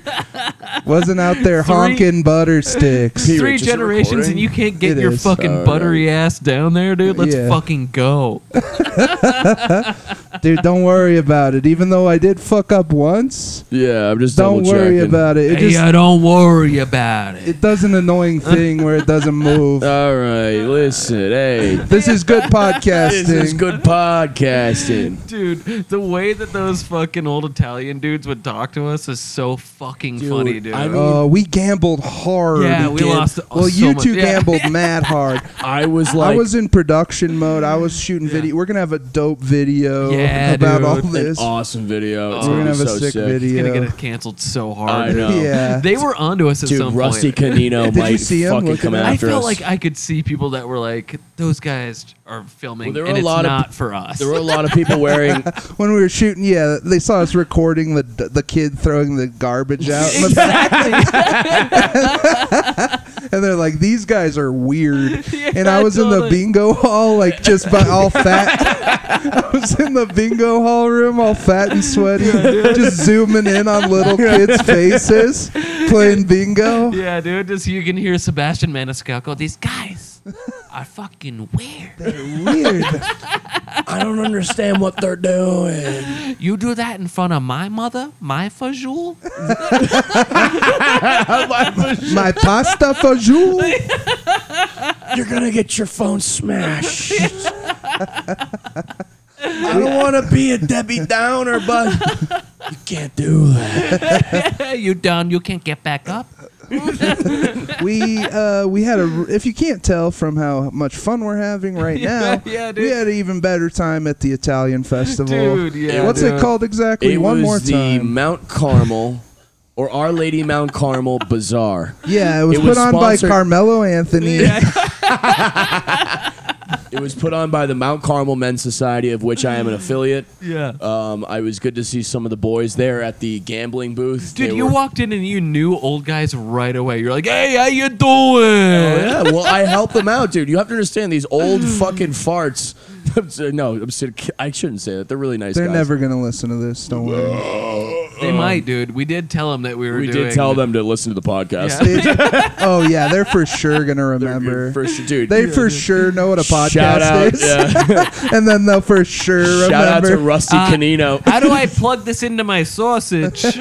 wasn't out there
Three-
honking butter sticks.
Here,
Three
just a
generations
recording?
and you can't get
It
your
is.
fucking
All
buttery ass down there, dude. Let's
Yeah.
fucking go.
Dude, don't worry about it. Even though I did fuck up once,
yeah, I'm just
don't worry about it. It
hey, uh,
just
I don't worry about it.
it does an annoying thing where it doesn't move.
All right, listen, hey,
This is good podcasting.
this is good podcasting.
Dude, the way that those fucking old Italian dudes would talk to us is so fucking
Dude,
funny, dude.
I mean-
Uh, we gambled hard.
Yeah, we
did.
lost, oh,
Well,
so
you
much-
two
yeah.
gambled mad hard.
I was like,
I was in production mode. I was shooting video. We're gonna have a dope video
Yeah,
about all
dude.
this.
an awesome
Oh.
video. It's
We're
gonna
gonna
be
have a
so
sick,
sick
video.
it's gonna get it canceled so hard.
I know.
Yeah.
They were onto us at
Dude,
some
Rusty
point.
Canino
Did you
might
see him
fucking
looking
come
at
I
after
felt
us.
like I could see people that were like, "Those guys are filming,
Well, there were
and
a
it's
lot of-
not for us."
there were a lot of people wearing.
when we were shooting, yeah, they saw us recording the the kid throwing the garbage out.
exactly.
and they're like, "These guys are weird." and I
Yeah,
was in the
totally.
bingo hall, like just by all fat. I was in the bingo hall room, all fat and sweaty, just zooming in on little kids' faces, playing bingo.
Yeah, dude. Just you can hear Sebastian Maniscalco. go, These guys are fucking weird.
Weird.
I don't understand what they're doing.
You do that in front of my mother, my fajul.
My pasta fajoule.
You're gonna get your phone smashed. I don't want to be a Debbie Downer, but you can't do that.
you down. You can't get back up.
we uh, we had a. If you can't tell from how much fun we're having right now,
yeah,
we
dude.
had an even better time at the Italian festival.
Dude, yeah,
What's it
dude.
called exactly?
it
One
was
more
the
time.
Mount Carmel or Our Lady Mount Carmel Bazaar.
Yeah, it was
it
put
was
on by
sponsored-
Carmelo Anthony.
It was put on by the Mount Carmel Men's Society, of which I am an affiliate.
Yeah.
Um, I was good to see some of the boys there at the gambling booth.
Dude,
They
you
were-
walked in and you knew old guys right away. You're like, hey, how you doing?
Oh, yeah, well, I helped them out, dude. You have to understand these old
Hmm.
fucking farts. I'm so- no, I'm so, I shouldn't say that. They're really nice
They're
guys.
never gonna listen to this. Don't worry.
They might, dude. We did tell them that we were
Uh-huh. We
doing
did tell them to listen to the podcast.
Yeah.
Did- oh yeah, they're for sure gonna remember.
For sure, dude.
they for sure know what a podcast
Shout out,
is,
yeah.
and then they'll for sure
Shout out to
remember. Ah.
Rusty
Uh,
Canino.
How do I plug this into my sausage?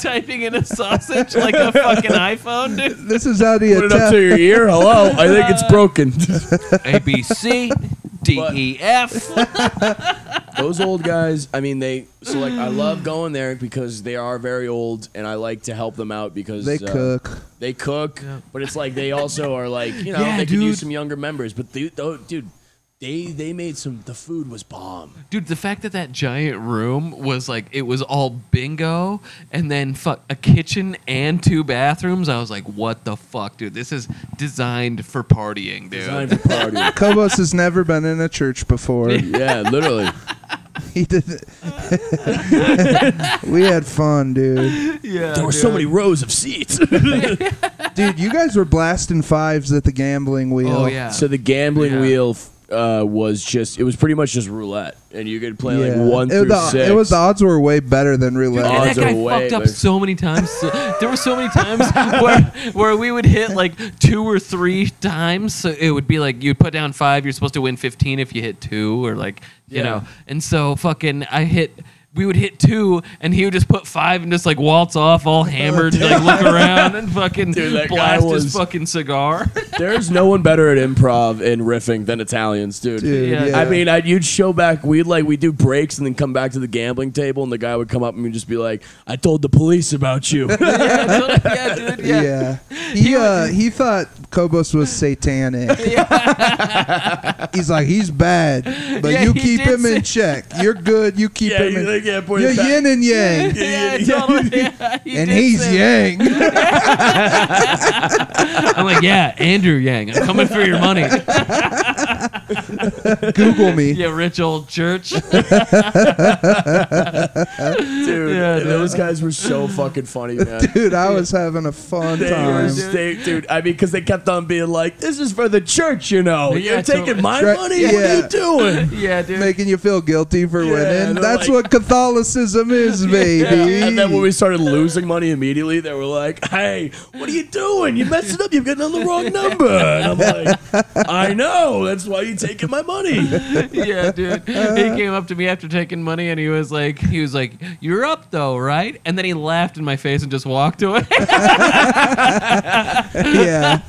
Typing in a sausage like a fucking iPhone, dude.
This is how the
Put it up to
Italian.
your ear. Hello, I think it's broken.
A B C D E F.
Those old guys. I mean, they. So like, I love going there because they are very old, and I like to help them out because
They
uh,
cook.
They cook, but it's like they also are like you know
Yeah,
they could
dude.
use some younger members. But they, though, dude, they they made some. The food was bomb.
Dude, the fact that that giant room was like it was all bingo and then fuck a kitchen and two bathrooms. I was like, what the fuck, dude? This is designed for partying, dude.
Time for party.
Cobos has never been in a church before.
yeah, literally.
He did. it. we had fun, dude.
Yeah,
There were so many rows of seats.
Dude, you guys were blasting fives at the gambling wheel.
Oh yeah.
so the gambling
Yeah.
wheel f- uh, was just it was pretty much just roulette, and you could play like one
it,
through
the,
six.
it was the odds were way better than
Dude,
roulette.
and that
Odds are
guy
way
fucked up
better.
so many times. So- there were so many times where where we would hit like two or three times. So it would be like you'd put down five, you're supposed to win fifteen if you hit two, or like you
Yeah.
know. And so fucking, I hit. We would hit two, and he would just put five and just like waltz off, all hammered, like look around and fucking
Dude, that guy
blast his
was-
fucking cigar.
There's no one better at improv and riffing than Italians, dude.
Dude,
Yeah.
yeah.
I mean, I'd, you'd show back. We'd like we do breaks and then come back to the gambling table, and the guy would come up and we'd just be like, "I told the police about you."
yeah, dude. Yeah.
yeah. He uh, he thought Cobos was satanic. he's like he's bad, but
Yeah,
you
he
keep
did
him in check. You're good. You keep
yeah,
him
you
in.
like, yeah, boy,
You're
it's back.
yin and yang,
Yeah, totally. Yeah, he
and
did
he's
say that.
yang.
I'm like, yeah, Andrew Yang, I'm coming for your money.
Google me.
Yeah, rich old church.
dude.
Yeah, dude.
Those guys were so fucking funny, man.
Dude, I was having a fun
They were,
time.
they, dude. I mean, because they kept on being like, "This is for the church," you know.
Yeah,
You're taking
totally.
my
Right,
money.
yeah.
What are you doing?
Yeah, dude.
making you feel guilty for
Yeah,
winning.
they're
That's
like-
what Catholicism is, baby.
And then when we started losing money immediately, they were like, "Hey, what are you doing? You messed it up. You've gotten on the wrong number." And I'm like, "I know. That's why you're taking my money."
yeah, dude. He came up to me after taking money and he was like, he was like, "You're up though, right?" And then he laughed in my face and just walked away.
yeah,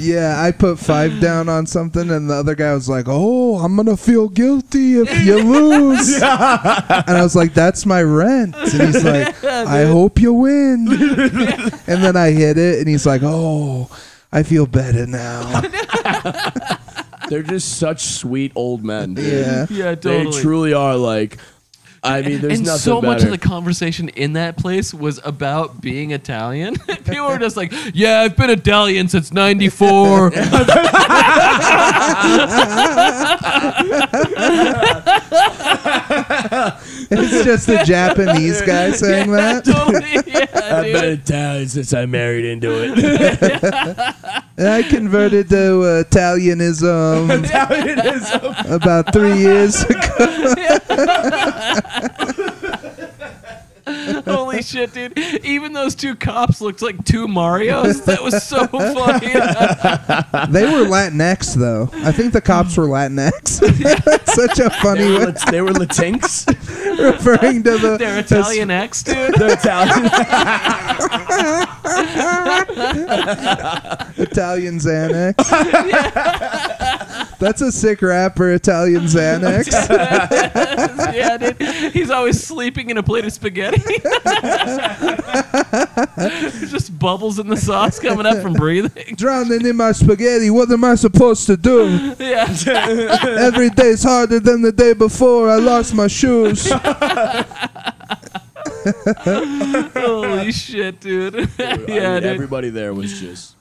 yeah. I put five down on something, and the other guy was like, "Oh, I'm gonna feel guilty if you lose." and I was like, "That's my rent." And he's like, "I hope you win." and then I hit it, and he's like, "Oh." I feel better now.
They're just such sweet old men. dude.
Yeah.
yeah,
They
totally.
truly are like. I mean, there's
and
nothing
so much
better.
of the conversation in that place was about being Italian. People were just like, "Yeah, I've been Italian since '94."
it's just a Japanese guy saying that.
totally. Yeah,
I've been
dude.
Italian since I married into it.
I converted to Italianism
Italianism.
about three years ago.
Holy shit, dude. Even those two cops looked like two Marios. That was so funny.
They were Latinx though. I think the cops were Latinx. Such a
They
funny
were,
way
Lat- they were Latinx.
referring to the
They're Italian X, dude.
They're Italian.
Italian Xanax. That's a sick rapper, Italian Xanax.
yeah, dude. He's always sleeping in a plate of spaghetti. There's just bubbles in the sauce coming up from breathing.
Drowning in my spaghetti, what am I supposed to do?
Yeah.
Every day's harder than the day before. I lost my shoes.
Holy shit, dude.
I
yeah,
mean,
dude.
everybody there was just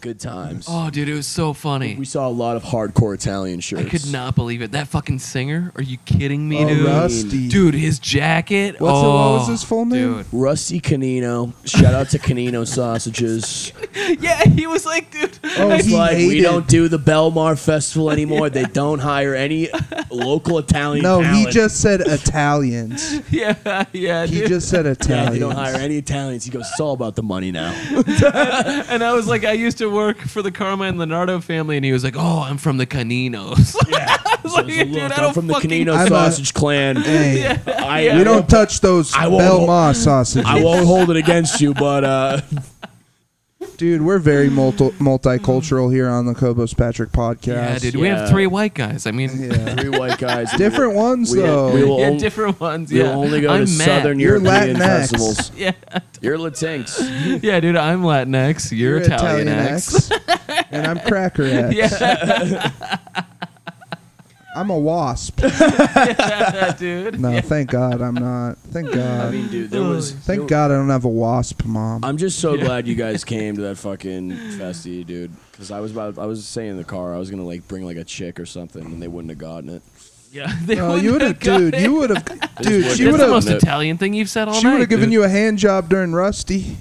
good times.
Oh, dude, it was so funny.
We saw a lot of hardcore Italian shirts.
I could not believe it. That fucking singer? Are you kidding me,
Oh,
dude?
Rusty.
Dude, his jacket.
What's it-
oh,
what was his full name?
Rusty Canino. Shout out to Canino Sausages.
Dude. Yeah, he was like, dude.
Oh,
It's
he
like we
hated-
don't do the Belmar Festival anymore. They don't hire any local Italian.
No, he
talent.
just said Italians.
Yeah, yeah,
He
dude.
just said
Yeah, they don't hire
Italians.
any Italians. He goes, it's all about the money now.
And I was like, I used to work for the Carmine Leonardo family, and he was like, Oh, I'm from the Caninos. I was like,
There's a
dude,
look,
I
I'm
don't
from the
fucking
Canino
I'm a-
Sausage Clan.
Hey,
I,
yeah.
we don't touch those
I won't-
Belmont sausages.
I won't hold it against you, but uh,
Dude, we're very multi- multicultural here on the Kobos Patrick podcast.
Yeah, dude, we have
Yeah.
three white guys. I mean,
Yeah.
three white guys.
Different ones,
We,
though.
we will,
yeah,
on-
different ones.
we will
Yeah,
only go
I'm
to
Matt.
Southern
You're
European
Latinx.
festivals.
Yeah,
You're Latinx.
yeah, dude, I'm Latinx.
You're
You're, Italian, X.
X, and I'm Cracker X.
Yeah,
I'm a wasp.
dude.
No, thank God I'm not. Thank
I
God.
mean, dude, there was.
thank God I don't have a wasp mom.
I'm just so glad you guys came to that fucking festy, dude. Because I was about, I was saying in the car, I was gonna like bring like a chick or something, and they wouldn't have gotten it.
Yeah, they
No,
wouldn't
Oh, you would have,
got
dude.
it.
You would have, dude.
That's
She
That's
would
the most
have.
No.
Italian thing you've said all
She
night.
would have given
dude.
you a hand job during Rusty.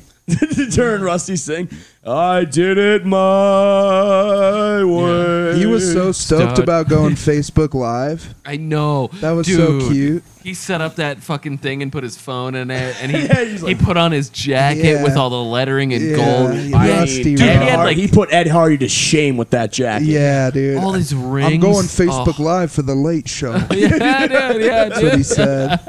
During Rusty's thing, I did it my way.
He was so stoked
Stud.
about going Facebook Live.
I know.
That was so
Dude,
cute.
He set up that fucking thing and put his phone in it, and he
Yeah, he's
he
like-
put on his jacket
Yeah.
with all the lettering in
Yeah,
gold.
I
Rusty
dude,
Red.
Ed Har-
like-
he put Ed Hardy to shame with that jacket.
Yeah, dude.
All these rings.
I'm going Facebook
Oh.
Live for the late show.
yeah, dude. Yeah,
That's what he
dude.
said.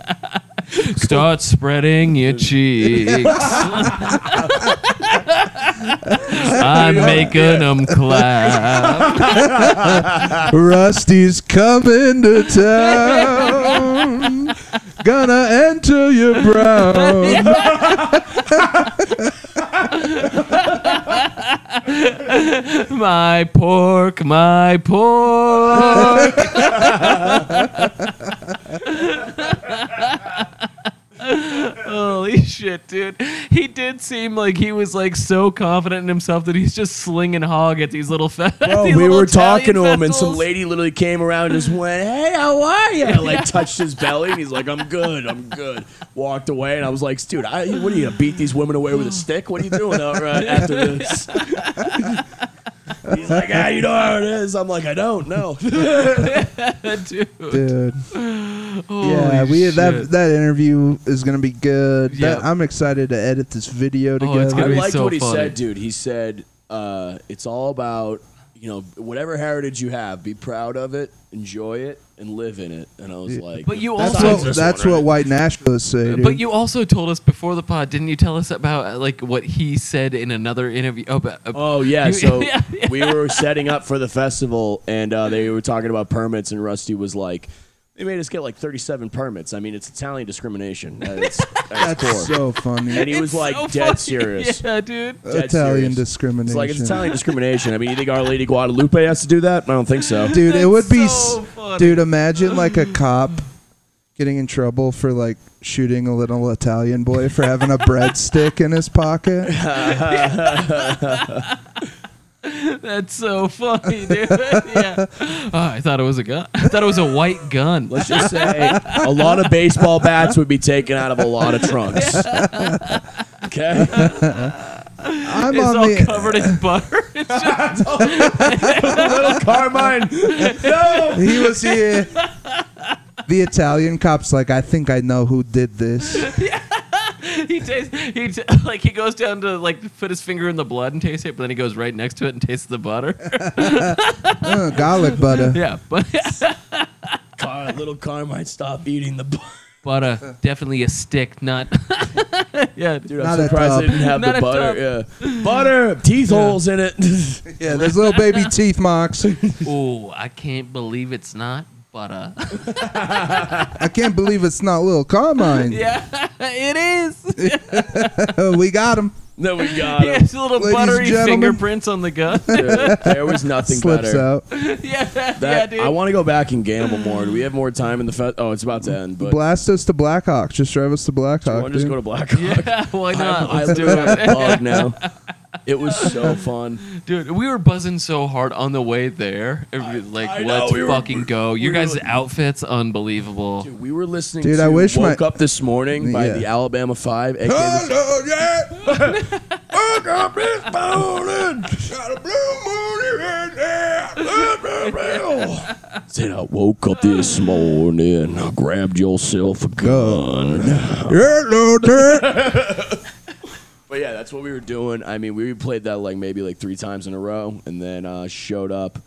Start spreading your cheeks. I'm making them clap.
Rusty's coming to town. Gonna enter your brown.
My pork, my pork. Holy shit, dude. He did seem like he was like so confident in himself that he's just slinging hog at these little fest.
Bro,
these
we
little
were
Italian
talking to him, and some
festivals.
lady literally came around and just went, "Hey, how are you?" Like touched his belly, and he's like, "I'm good, I'm good." Walked away, and I was like, "Dude, I, what are you gonna beat these women away with a stick? What are you doing out right after this?" he's like, "Ah, you know how it is." I'm like, "I don't know."
dude.
Dude.
Holy
Yeah, we that
shit.
that interview is gonna be good. That-
Yeah. Oh,
I'm excited to edit this video
it's
together.
I
gonna be
liked
so
what he
funny.
said, dude. He said, uh, "It's all about you know whatever heritage you have, be proud of it, enjoy it, and live in it." And I was like,
But you
that's
also
what that's what white nationalists say. Dude.
But you also told us before the pod, didn't you tell us about uh, like what he said in another interview? Oh, but, uh,
Oh yeah,
You-
so
yeah, yeah.
we were setting up for the festival, and uh, they were talking about permits, and Rusty was like, "They made us get like 37 permits. I mean, it's Italian discrimination. at its- at its
that's
core."
so funny.
and he was
it's
like
so
dead
funny.
serious.
Yeah, dude.
Dead
Italian
serious.
discrimination.
It's like it's Italian discrimination. I mean, you think Our Lady Guadalupe has to do that? I don't think so.
Dude, it
That's
would be
so
s-
funny.
dude. Imagine like a cop getting in trouble for like shooting a little Italian boy for having a breadstick in his pocket.
That's so funny, dude. yeah. Oh, I thought it was a gun. I thought it was a white gun.
Let's just say a lot of baseball bats would be taken out of a lot of trunks. Okay.
I'm
it's
on
all
the
covered in butter. It's just,
Little Carmine. No.
he was here. The Italian cops like I think I know who did this.
he tastes, he t- like he goes down to like put his finger in the blood and taste it, but then he goes right next to it and tastes the butter.
Uh, garlic butter.
yeah, but
Car, little Carmine, stop eating the. bu-
butter uh, definitely a stick, not yeah.
Dude, I'm
Not a
surprised they
tub.
didn't have
Not
the
a
butter. Yeah. Butter, teeth holes in it.
Yeah, there's little baby teeth marks.
Oh, I can't believe it's not butter.
I can't believe it's not little Carmine.
yeah, it is.
we got him.
then we got
He
him.
has little
Ladies and
buttery
gentlemen.
fingerprints on the gun.
Dude, there was nothing
Slips
better.
out.
yeah, yeah,
That,
dude.
I want to go back and gamble more. Do we have more time in the fe- Oh, it's about to end. But
Blast us to Blackhawk. Just drive us to
I
Blackhawk.
want to just
dude.
go to Blackhawk.
yeah, why
I,
not?
I
Let's do
live in
it.
a bug now. It was so fun.
Dude, we were buzzing so hard on the way there. It was like,
I know,
let's
we were-
fucking go. Your
we were
guys'
like-
outfits, unbelievable.
Dude, we were listening
Dude,
to
I wish my-
Woke Up This Morning by
Yeah.
the Alabama Five. aka the-
Hello, yeah. Woke up this morning. Got a blue moon in there.
Said I woke up this morning, I grabbed yourself a gun.
Hello, there.
But yeah, that's what we were doing. I mean, we played that like maybe like three times in a row, and then uh, showed up.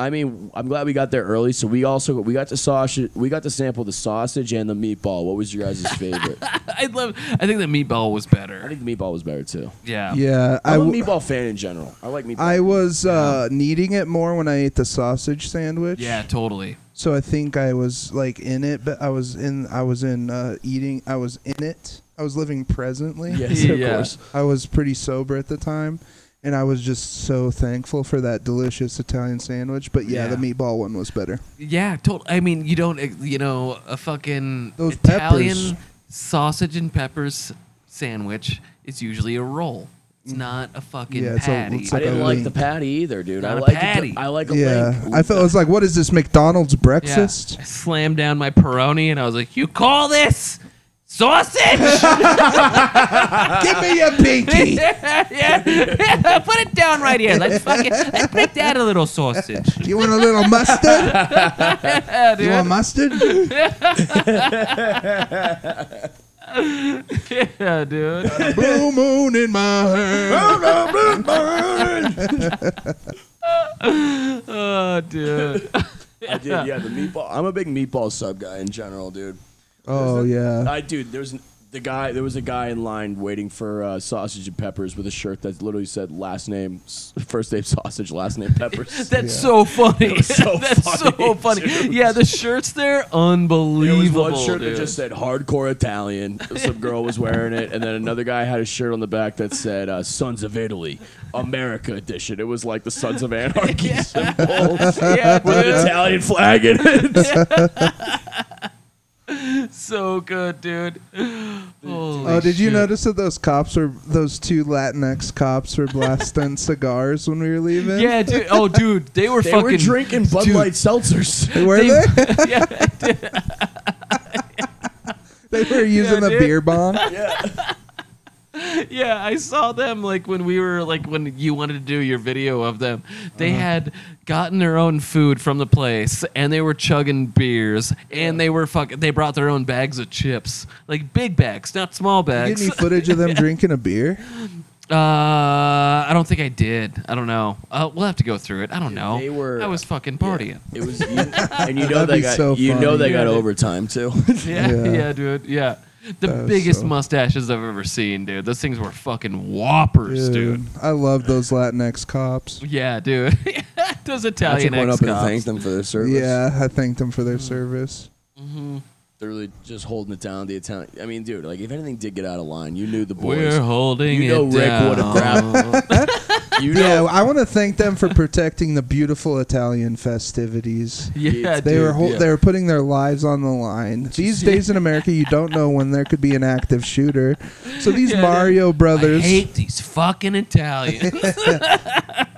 I mean, I'm glad we got there early. So we also we got to sausage, we got to sample the sausage and the meatball. What was your guys' favorite? I
I love. I think the meatball was better.
think the meatball was better too.
Yeah.
Yeah, I,
I'm a
w-
meatball fan in general. I like meatball.
I was
Uh-huh.
uh, needing it more when I ate the sausage sandwich.
Yeah, totally.
So I think I was like in it, but I was in. I was in uh, eating. I was in it. I was living presently.
yes, of
Yeah.
course.
I was pretty sober at the time, and I was just so thankful for that delicious Italian sandwich. But yeah,
Yeah.
the meatball one was better.
Yeah, totally. I mean, you don't, ex- you know, a fucking
Those
Italian
peppers.
sausage and peppers sandwich is usually a roll. It's
Mm.
not a fucking
Yeah, it's a-
patty.
it's
I
like
didn't
a
like
link.
the patty either, dude.
Not
I
a
like
patty.
I like a
yeah,
link.
I felt it was like, what is this McDonald's
Yeah.
breakfast?
I slammed down my Peroni and I was like, "You call this sausage?
Give me your pinky.
yeah, yeah, yeah, put it down right here. Let's fucking let's make that a little sausage."
You want a little mustard?
Yeah,
You want
dude.
mustard?
Yeah, dude.
Blue moon in my hand.
Oh, dude.
I did, yeah. The meatball. I'm a big meatball sub guy in general, dude.
Oh yeah.
I dude, there's n- the guy. There was a guy in line waiting for uh, sausage and peppers with a shirt that literally said last name, s- first name sausage, last name peppers.
That's so funny.
so
That's so
funny,
funny.
dude.
Yeah, the shirts there,
There was
unbelievable.
one shirt
dude.
that just said "Hardcore Italian." Some girl was wearing it, and then another guy had a shirt on the back that said uh, "Sons of Italy, America Edition." It was like the Sons of Anarchy symbols
yeah,
with
dude.
an Italian flag in it.
so good, dude. Holy
Oh, did you
shit.
notice that those cops were those two Latinx cops were blasting cigars when we were leaving?
Yeah, dude. Oh, dude, they were
They
fucking
were drinking Bud
dude.
Light seltzers.
Were they?
They- yeah,
They were using the
dude.
beer bomb.
yeah, I saw them like when we were like when you wanted to do your video of them. They
Uh-huh.
had gotten their own food from the place and they were chugging beers and they were fucking they brought their own bags of chips. Like big bags, not small
Get
bags.
any footage of them drinking a beer?
Uh, I don't think I did. I don't know. Uh, we'll have to go through it. I don't know.
they were-
I was fucking partying.
It was, and you know
That'd
they
be
got
so
you know
funny.
they got
Yeah.
overtime too.
Yeah, yeah,
Yeah.
dude. Yeah. The
was
biggest
so-
mustaches I've ever seen, dude. Those things were fucking whoppers, dude.
I love those Latinx cops.
Yeah, dude. Those Italian
went
ex
up and
cops.
thanked them for their service.
Yeah, I thanked them for their
Mm.
service.
they're really just holding it down. The Italian. I mean, dude, like if anything did get out of line, you knew the boys.
We're holding
You know
it
Rick
down.
would've grabbed- you
Yeah,
know,
I want to thank them for protecting the beautiful Italian festivities.
yeah,
They
dude.
were hol-
yeah.
they were putting their lives on the line. These days in America, you don't know when there could be an active shooter. So these
Yeah, dude.
Mario
I
brothers,
hate these fucking Italians.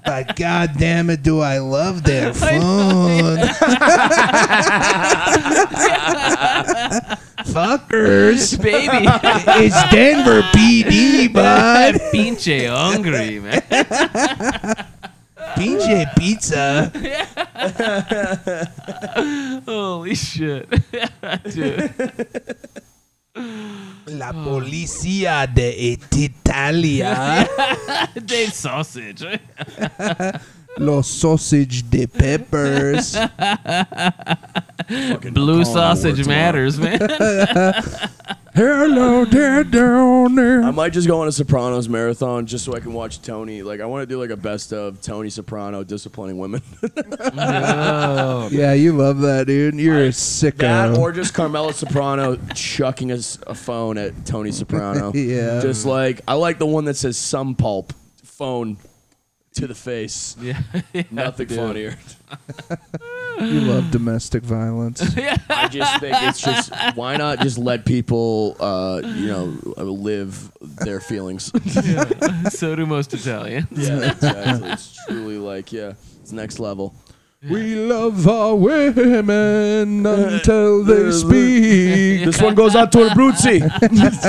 But god damn it, do I love their phone. Fuckers.
Baby,
It's Denver PD, bud.
pinche hungry, man.
PJ Pizza.
Holy shit. Dude.
La Policia de Italia.
Dave Sausage.
Los Sausage de Peppers.
Blue sausage matters, man.
Hello, there down
I
there.
might just go on a Sopranos marathon just so I can watch Tony. Like I want to do like a best of Tony Soprano disciplining women.
Yeah, you love that, dude. You're a
That
sicko.
or just Carmela Soprano chucking us a phone at Tony Soprano.
Yeah.
Just like I like the one that says some pulp phone to the face.
yeah.
Nothing funnier.
You love domestic violence.
I just think it's just why not just let people uh, you know live their feelings.
So do most Italians.
yeah, exactly. It's truly like yeah, it's next level.
We love our women until they speak.
This one goes out to Abruzzi.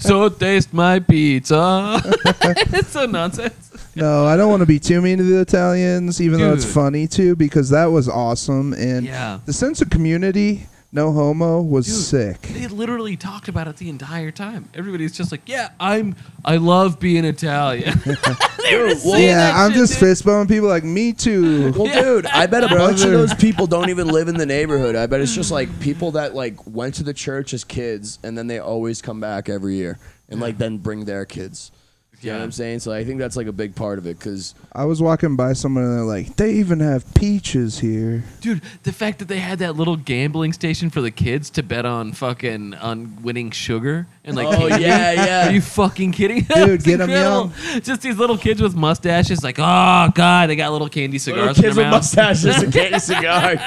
So taste my pizza. it's so nonsense.
No, I don't want to be too mean to the Italians, even though it's
Dude.
funny too, because that was awesome. And
Yeah.
the sense of community, no homo, was
Dude.
sick.
They literally talked about it the entire time. Everybody's just like, "Yeah, I'm. I love being Italian."
Dude, well,
saying
Yeah,
that
I'm
shit,
just
dude.
fist bumping people like me too.
Well, dude, I bet a bunch of
Brother.
those people don't even live in the neighborhood. I bet it's just like people that like went to the church as kids and then they always come back every year and like then bring their kids. You know what I'm saying? So I think that's like a big part of it because
I was walking by someone and they're like, they even have peaches here.
Dude, the fact that they had that little gambling station for the kids to bet on fucking on winning sugar and like
Oh,
candy.
yeah, yeah.
Are you fucking kidding? It's
get 'em
incredible. Just these little kids with mustaches like, "Oh god, they got little candy cigars in their mouth."
mustaches and candy cigars.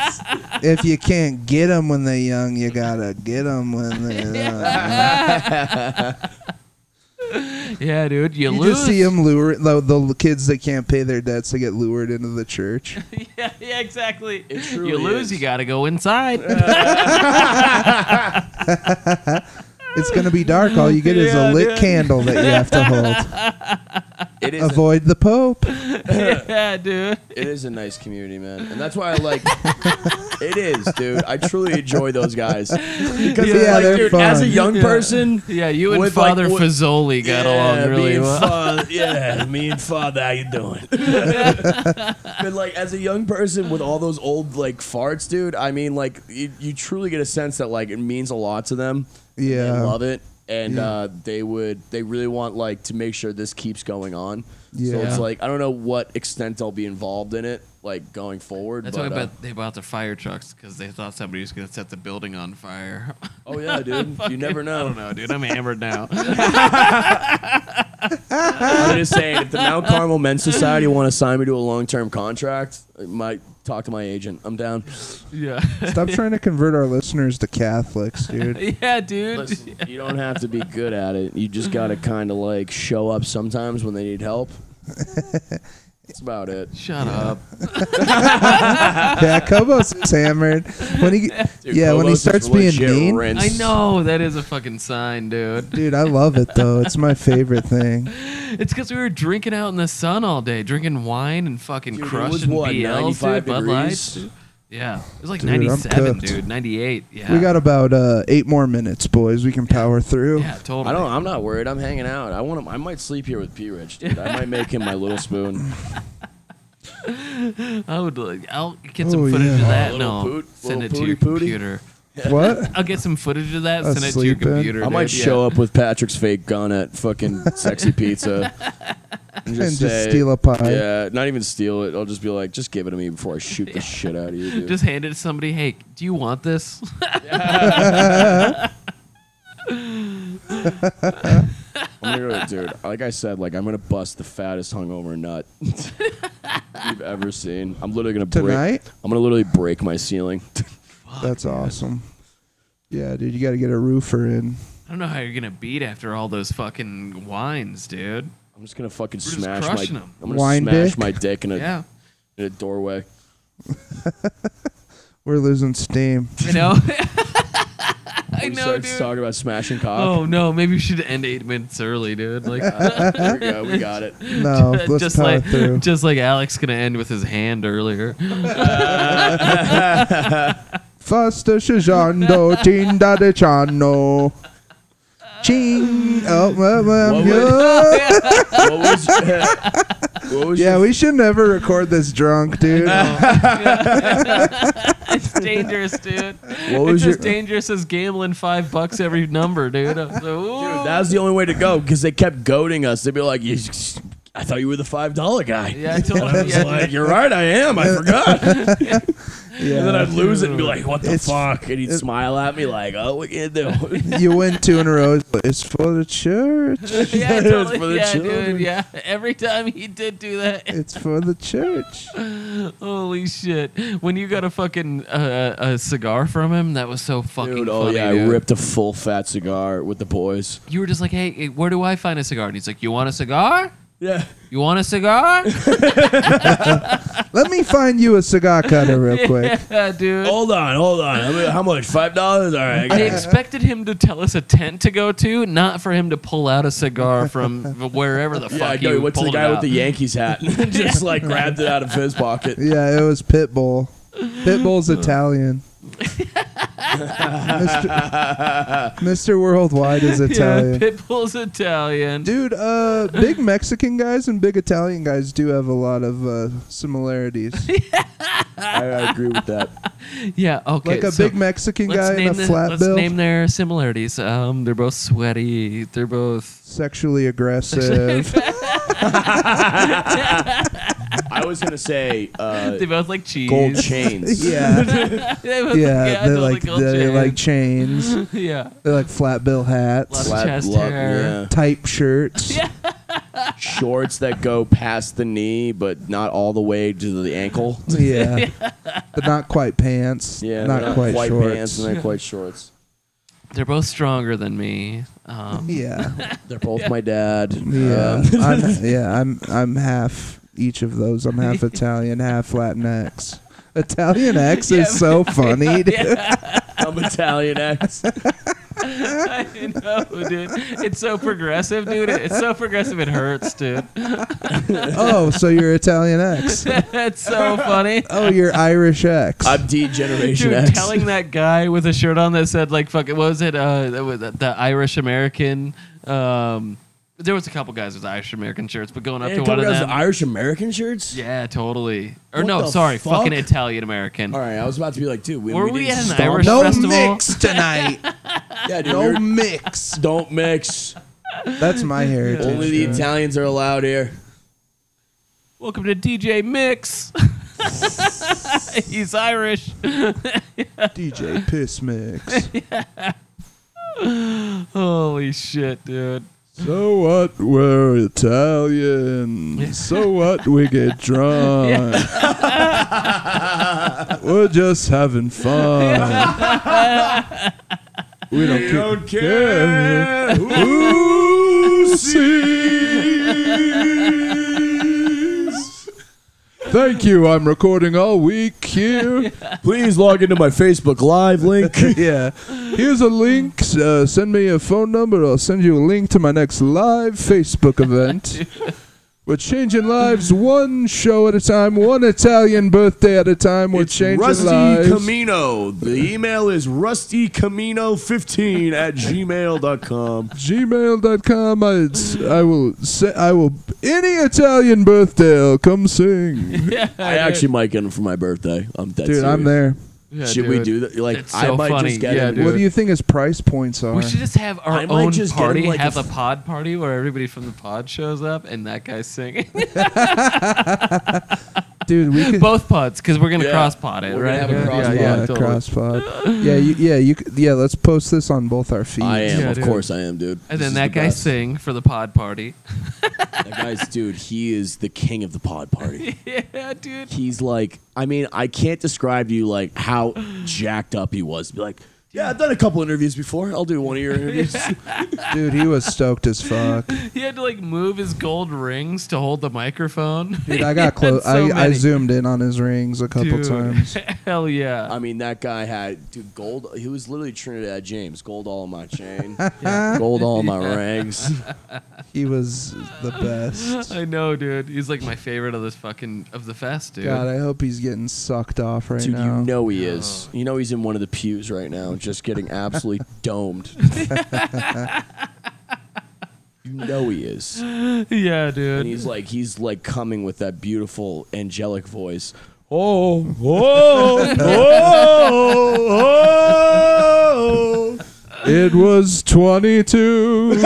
if you can't get them when they're young, you gotta get them when they're.
Yeah, dude, you,
You
lose.
just see them lure the, the kids that can't pay their debts. They get lured into the church.
yeah, yeah, exactly.
It
you
truly
lose,
is.
you got to go inside.
It's gonna be dark. All you get is
Yeah,
a lit
dude.
candle that you have to hold.
It is. A,
Avoid the Pope.
yeah, dude.
it is a nice community, man, and that's why I like. it is, dude. I truly enjoy those guys because
Yeah,
yeah, like,
they're
dude, as a
fun.
young
Yeah.
person,
Yeah, you and
With, like,
Father
what-
Fazoli got along
me
really
and
well.
Father, yeah, me and Father, how you doing? but like, as a young person with all those old like farts, dude, I mean, like, you, you truly get a sense that like it means a lot to them.
Yeah.
they love it, and uh, they would, they really want like to make sure this keeps going on. So
Yeah.
it's like I don't know what extent I'll be involved in it, like going forward.
That's why
but,
I
uh,
bet they bought the fire trucks because they thought somebody was going to set the building on fire.
oh yeah, dude, you never know.
I don't know, dude. I'm hammered now.
I'm just saying, if the Mount Carmel Men's Society want to sign me to a long-term contract, I might talk to my agent. I'm down.
yeah.
Stop trying to convert our listeners to Catholics, dude.
Yeah, dude.
Listen, you don't have to be good at it. You just gotta kind of like show up sometimes when they need help. That's about it.
Shut up.
Yeah, Kobo's is hammered. When he,
Dude,
yeah, when he
Kobos is
starts being
legit
mean,
rinsed.
I know that is a fucking sign, dude.
dude, I love it though. It's my favorite thing.
It's because we were drinking out in the sun all day, drinking wine and fucking
Dude, it was,
crushing
what,
BLs,
95
dude. Bud Lights.
degrees?
dude. Yeah, it was like
Dude, I'm
97,
cooked.
dude. 98. Yeah.
We got about uh, eight more minutes, boys. We can power through.
Yeah, totally.
I don't. I'm not worried. I'm hanging out. I want. to I might sleep here with P. Rich, dude. I might make him my little spoon.
I would. like- I'll get some
Oh,
footage
yeah.
of that.
Oh,
and
little
I'll
poot-
send it
little
to your
pooty pooty.
computer.
What?
I'll get some footage of that.
Uh,
and Send it to your
sleeping.
computer.
I might
dude. Yeah.
show up with Patrick's fake gun at fucking Sexy Pizza. And
And just
say-
steal a pie.
Yeah, not even steal it. I'll just be like, just give it to me before I shoot the shit out of you. Dude.
Just hand it to somebody. Hey, do you want this?
I'm gonna, dude, like I said, like I'm gonna bust the fattest hungover nut you've ever seen. I'm literally gonna break.
Tonight?
I'm gonna literally break my ceiling.
That's awesome. Yeah, dude, you got to get a roofer in.
I don't know how you're gonna beat after all those fucking wines, dude.
I'm I'm just gonna fucking
We're just
smash
crushing
my.
'em.
I'm gonna
Wine
smash
dick?
my dick in a
Yeah.
in a doorway.
We're losing steam.
I know. I
we
know,
start
dude.
talking about smashing cock.
Oh no, maybe we should end eight minutes early, dude. Like
There we go. We got it.
No, Uh, oh, let's
just
power
like
through.
just like Alex gonna end with his hand earlier.
Fasta shijando, chinda de chano. Ching. Oh, well, well,
What
yeah.
What was? what was
yeah,
your-
we should never record this drunk, dude.
it's dangerous, dude.
What
it's
was
as
your
dangerous as gambling five bucks every number, dude. I'm so-
Dude, that was the only way to go because they kept goading us. They'd be like, you, "I thought you were the five dollar guy."
yeah, I told
I
him.
was
Yeah,
like, "You're right, I am. I forgot." And then
yeah.
I'd lose it and be like, "What the
It's-
fuck?" And he'd
it-
smile at me like, "Oh, what you do?"
you win two in a row. It's for the church.
yeah,
It was
totally.
for the
yeah
children.
dude. Yeah, every time he did do that.
It's for the church.
Holy shit! When you got a fucking uh, a cigar from him, that was so fucking
Dude, oh
funny.
yeah, I
dude.
ripped a full fat cigar with the boys.
You were just like, "Hey, eh, where do I find a cigar?" And he's like, "You want a cigar?
Yeah,
You want a cigar?"
Let me find you a cigar cutter real quick.
yeah, dude.
hold on, hold on. I mean, how much? Five dollars? All right. I got
I
it.
expected him to tell us a tent to go to, not for him to pull out a cigar from wherever the
Yeah, I
fuck
go.
you
He went to the
pulled it
guy with
out.
the Yankees hat and just like grabbed it out of his pocket.
Yeah, it was Pitbull. Pitbull's Italian. Mr. Mr. Worldwide is
yeah,
Italian.
Pitbull's Italian.
Dude, uh, big Mexican guys and big Italian guys do have a lot of uh, similarities.
I, I agree with that.
Yeah, okay.
like a
so
big Mexican
let's
guy and
name
a
the-
flat
Let's
bill,
name their similarities. Um, they're both sweaty. They're both.
sexually aggressive.
I was gonna say uh,
They both like cheese.
gold chains.
yeah,
They both-
yeah,
yeah,
they
those are
like
gold
they
chains.
like chains.
yeah.
They like flat bill hats,
Lots of chest hair.
yeah.
type shirts.
shorts that go past the knee but not all the way to the ankle.
Yeah, but not quite pants.
Yeah,
not,
they're
quite, shorts.
pants and not quite shorts.
They're both stronger than me. Um,
yeah,
They're both my dad.
yeah,
Um,
I'm, yeah. I'm I'm half each of those. I'm half Italian, half Latinx. Italian X
Yeah,
is so funny. dude.
I'm Italian ex.
I know, dude. It's so progressive, dude. It's so progressive. It hurts, dude.
Oh, so you're Italian X.
That's so funny.
Oh, you're Irish X.
I'm D generation
Dude,
X.
telling that guy with a shirt on that said like "fuck," it, what was it? Uh, that was the Irish American. Um, there was a couple guys with Irish American shirts, but going up
Hey,
to
come
one of
guys, the
them,
Irish American shirts.
yeah, totally. Or
What
no,
the
sorry,
fuck?
fucking Italian American.
All right, I was about to be like, dude, we,
Were
we,
we
didn't
at an
stomp-
Irish festival?
tonight.
Yeah, dude, we
No
were-
mix.
don't mix.
That's my heritage.
Only the
right?
Italians are allowed here.
Welcome to DJ Mix. He's Irish.
DJ piss mix.
Holy shit, dude.
so what? We're Italian. So what? We get drunk. We're just having fun. We don't, care. Who sees? Thank you. I'm recording all week here.
Please log into my Facebook Live link.
yeah. Here's a link. Uh, send me a phone number. I'll send you a link to my next live Facebook event. We're changing lives one show at a time, one Italian birthday at a time. We're
It's
changing
Rusty
lives.
Camino. The email is rustycamino15 at gmail.com.
gmail.com I, I will say I will any Italian birthday I'll come sing
Yeah,
I actually might get him for my birthday. I'm dead
dude I'm
serious.
there
Should we do that? Like,
That's
I
so
might
funny.
just get
Yeah,
him.
dude.
what do you think his price points are
We should just have our
I might
own
just get him,
party,
like, a
have a,
f-
pod party where everybody from the pod shows up and that guy's singing.
dude we could
Both pods, because we're going to
Yeah.
cross pod it,
We're
right?
gonna have a
Yeah,
cross pod.
yeah,
yeah,
totally.
crosspod yeah you, yeah you could, yeah let's post this on both our feeds
I am,
Yeah,
of
dude.
course I am, dude.
And
This
then
is
that
the
guy
best.
sing for the pod party.
That guy's, dude, he is the king of the pod party.
yeah, dude.
He's like, I mean, I can't describe to you like how jacked up he was. Be like, Yeah, I've done a couple interviews before. I'll do one of your interviews.
Dude, he was stoked as fuck.
He had to like move his gold rings to hold the microphone.
Dude, I got close. I, I zoomed in on his rings a couple
Dude.
times.
Hell yeah.
I mean, that guy had dude gold. He was literally Trinidad James. Gold all in my chain. Gold all in my rings.
He was the best.
I know, dude. He's like my favorite of this fucking of the fest, dude.
God, I hope he's getting sucked off right
Dude,
now.
you know he is. You know he's in one of the pews right now, just getting absolutely domed. you know he is.
yeah,
And
dude.
he's like he's like coming with that beautiful angelic voice.
Oh, oh, oh, oh.
It was 22.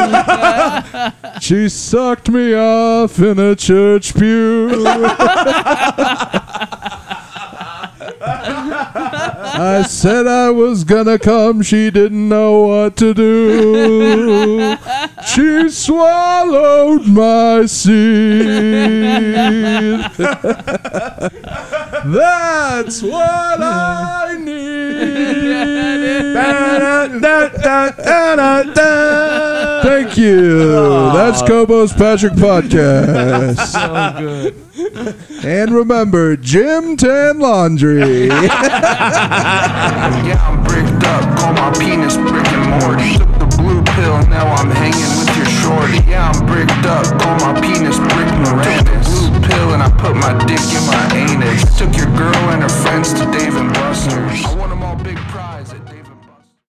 she sucked me off in a church pew. I said I was gonna come, she didn't know what to do. She swallowed my seed. That's what I need. Thank you. That's Kobo's Patrick Podcast.
So good.
And remember, Jim Tan Laundry.
Yeah, I'm bricked up, call my penis brick and Morty.